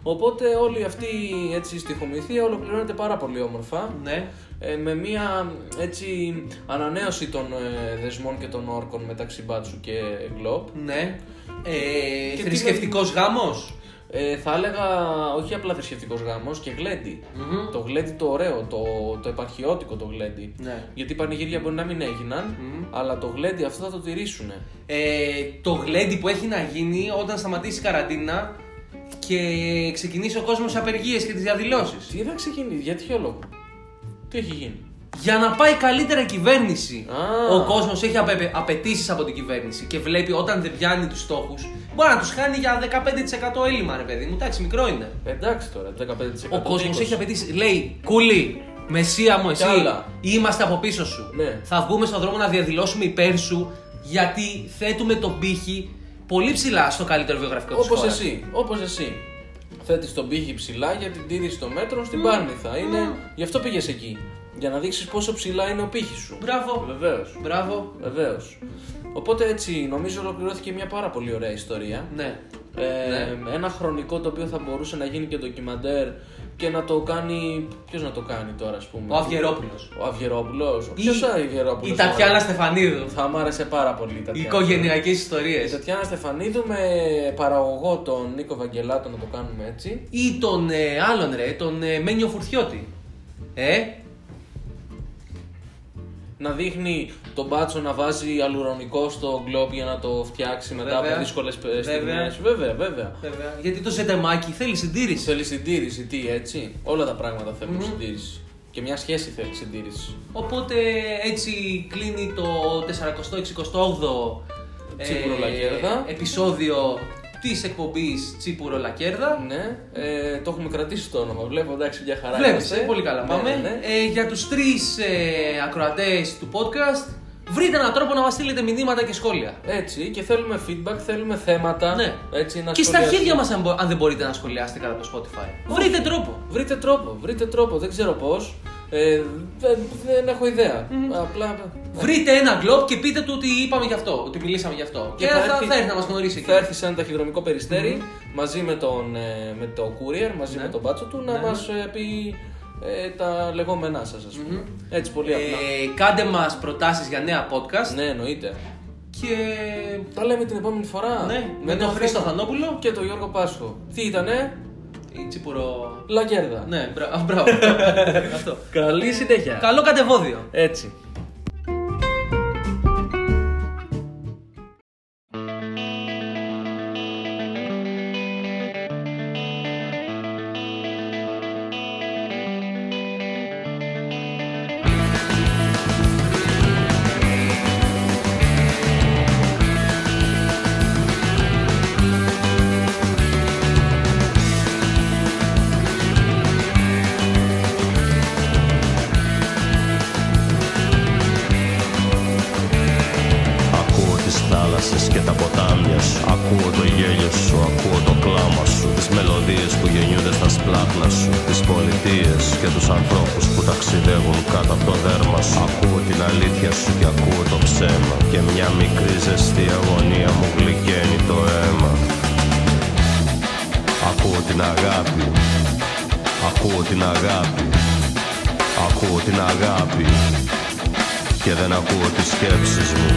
Speaker 2: Οπότε όλη αυτή έτσι, η στοιχομηθεία ολοκληρώνεται πάρα πολύ όμορφα
Speaker 1: Ναι.
Speaker 2: ε, με μία έτσι ανανέωση των ε, δεσμών και των όρκων μεταξύ Μπάτσου και Γκλόπ.
Speaker 1: Ναι. Ε,
Speaker 2: τι
Speaker 1: Θρησκευτικός γάμος.
Speaker 2: Ε, θα έλεγα όχι απλά θρησκευτικός γάμος και γλέντι.
Speaker 1: Μμμ.
Speaker 2: Το γλέντι το ωραίο, το, το επαρχιώτικο το γλέντι.
Speaker 1: Ναι.
Speaker 2: Γιατί πανηγύρια μπορεί να μην έγιναν, αλλά το γλέντι αυτό θα το τηρήσουν.
Speaker 1: Ε, το γλέντι που έχει να γίνει όταν σταματήσει η καραντίνα και ξεκινήσει ο κόσμος τι απεργίες και τις διαδηλώσεις.
Speaker 2: Τι θα ξεκινήσει, για ποιο λόγο. Τι έχει γίνει.
Speaker 1: Για να πάει καλύτερα η κυβέρνηση.
Speaker 2: Α.
Speaker 1: Ο κόσμος έχει απε... απαιτήσεις από την κυβέρνηση και βλέπει όταν δεν πιάνει τους στόχους, μπορεί να τους χάνει για 15% έλλειμμα, ρε παιδί μου. Εντάξει, μικρό είναι.
Speaker 2: Εντάξει τώρα, 15%.
Speaker 1: Ο κόσμο
Speaker 2: 20.
Speaker 1: έχει απαιτήσεις. Λέει, Κούλι, μεσία μου, εσύ.
Speaker 2: Καλά.
Speaker 1: Είμαστε από πίσω σου.
Speaker 2: Ναι.
Speaker 1: Θα βγούμε στον δρόμο να διαδηλώσουμε υπέρ σου, γιατί θέτουμε τον πύχη πολύ ψηλά στο καλύτερο βιογραφικό της
Speaker 2: Όπως εσύ, όπως εσύ. Θέτεις τον πύχη ψηλά για την τήρηση των μέτρων στην Πάρνηθα. Είναι... Γι' αυτό πήγες εκεί. Για να δείξεις πόσο ψηλά είναι ο πύχης σου.
Speaker 1: Μπράβο.
Speaker 2: Βεβαίως.
Speaker 1: Μπράβο.
Speaker 2: Βεβαίως. Οπότε έτσι νομίζω ολοκληρώθηκε μια πάρα πολύ ωραία ιστορία.
Speaker 1: Ναι.
Speaker 2: Ε, Ένα χρονικό το οποίο θα μπορούσε να γίνει και ντοκιμαντέρ και να το κάνει. Ποιος να το κάνει τώρα, ας πούμε.
Speaker 1: Ο Αυγερόπουλος.
Speaker 2: Ο Αυγερόπουλος. Ποιος ο Αυγερόπουλος.
Speaker 1: Η Τατιάνα Στεφανίδου.
Speaker 2: Θα μ' άρεσε πάρα πολύ η
Speaker 1: Οι
Speaker 2: Τατιάνα.
Speaker 1: οικογενειακές
Speaker 2: Η
Speaker 1: ιστορίε.
Speaker 2: Τατιάνα Ε, Στεφανίδου με παραγωγό τον Νίκο Βαγγελάτο να το κάνουμε έτσι.
Speaker 1: Ή τον ε, άλλον ρε, τον ε, Μένιο Φουρτιώτη. Ε,
Speaker 2: Να δείχνει τον μπάτσο να βάζει αλουρονικό στο γκλόπ για να το φτιάξει μετά
Speaker 1: Βέβαια.
Speaker 2: από δύσκολε
Speaker 1: Βέβαια.
Speaker 2: στιγμές. Βέβαια, βέβαια.
Speaker 1: βέβαια. Γιατί το ζεντεμάκι θέλει συντήρηση.
Speaker 2: Θέλει συντήρηση, τι έτσι. Όλα τα πράγματα θέλουν συντήρηση. Και μια σχέση θέλει συντήρηση.
Speaker 1: Οπότε έτσι κλείνει το 468ο
Speaker 2: Τσίπουρο Λακέρδα.
Speaker 1: επεισόδιο της εκπομπής Τσίπουρο Λακέρδα.
Speaker 2: Ναι, ε, το έχουμε κρατήσει το όνομα. Βλέπω εντάξει μια χαρά.
Speaker 1: Βλέπεις,
Speaker 2: είμαστε.
Speaker 1: πολύ καλά
Speaker 2: Ναι,
Speaker 1: πάμε.
Speaker 2: ναι, ναι.
Speaker 1: Ε, για τους τρεις ε, ακροατές του podcast, βρείτε έναν τρόπο να μας στείλετε μηνύματα και σχόλια.
Speaker 2: Έτσι, και θέλουμε feedback, θέλουμε θέματα.
Speaker 1: Ναι.
Speaker 2: Έτσι, να
Speaker 1: και στα
Speaker 2: σχολιαστούν.
Speaker 1: χέρια μας αν, μπο- αν δεν μπορείτε να σχολιάσετε κατά το Spotify. Βρείτε τρόπο.
Speaker 2: Βρείτε τρόπο, βρείτε τρόπο, δεν ξέρω πώς. Ε, δεν, δεν έχω ιδέα. Απλά.
Speaker 1: Βρείτε ένα γκλοπ και πείτε του ότι είπαμε γι' αυτό, ότι μιλήσαμε γι' αυτό. Και, θα, θα, έρθει να μας γνωρίσει εκεί.
Speaker 2: Θα έρθει σε ένα ταχυδρομικό περιστέρι, μαζί με, τον, ε, με το courier,
Speaker 1: Ναι.
Speaker 2: μαζί με τον μπάτσο του, να μας μα πει ε, τα λεγόμενά σας, ας πουμε Έτσι, πολύ απλά.
Speaker 1: Ε, κάντε μας προτάσεις για νέα podcast
Speaker 2: Ναι, εννοείται.
Speaker 1: και
Speaker 2: Τα λέμε την επόμενη φορά.
Speaker 1: ναι, με
Speaker 2: Με
Speaker 1: τον Χρήστο Θανόπουλο
Speaker 2: και τον Γιώργο Πάσχο. Τι ήτανε,
Speaker 1: ή Τσίπουρο...
Speaker 2: Λακέρδα.
Speaker 1: Ναι, μπρα- (laughs) α, μπράβο. Αυτό.
Speaker 2: Καλή συνέχεια.
Speaker 1: Καλό κατεβόδιο.
Speaker 2: Έτσι.
Speaker 3: Ακούω τις θάλασσες και τα ποτάμια σου Ακούω το γέλιο σου, ακούω το κλάμα σου Τις μελωδίες που γεννιούνται στα σπλάχνα σου Τις πολιτείες και τους ανθρώπους που ταξιδεύουν κάτω από το δέρμα σου Ακούω την αλήθεια σου και ακούω το ψέμα Και μια μικρή ζεστή αγωνία μου γλυκαίνει το αίμα Ακούω την αγάπη Ακούω την αγάπη Ακούω την αγάπη και δεν ακούω τις σκέψεις μου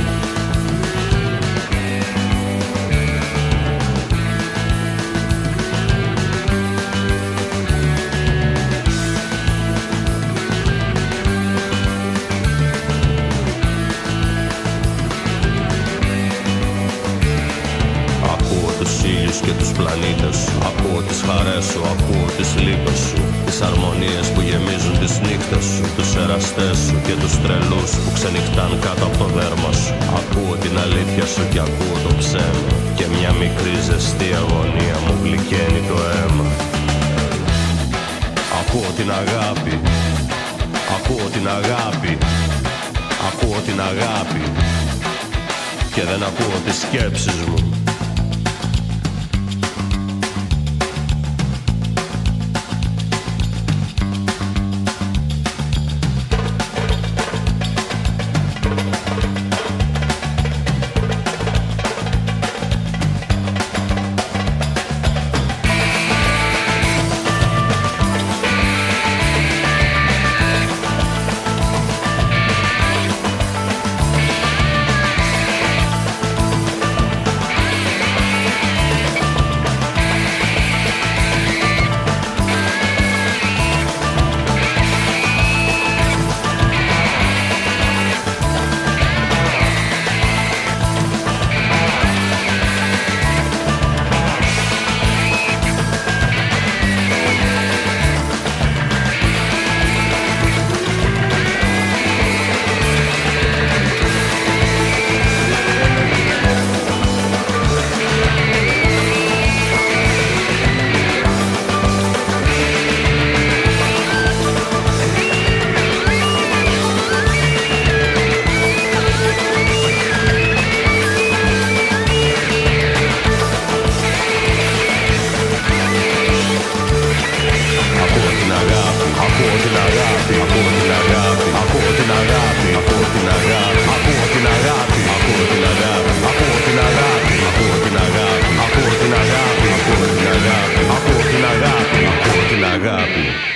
Speaker 3: Ακούω τους ήλιους και τους πλανήτες σου Ακούω τις χαρές σου, ακούω τις λύπες σου Τις αρμονίες που γεμίζουν τις νύχτες σου Τους εραστές σου και τους τρελούς που ξενυχτάν κάτω από το δέρμα σου Ακούω την αλήθεια σου και ακούω το ψέμα Και μια μικρή ζεστή αγωνία μου γλυκαίνει το αίμα Ακούω την αγάπη Ακούω την αγάπη Ακούω την αγάπη και δεν ακούω τις σκέψεις μου αγάπη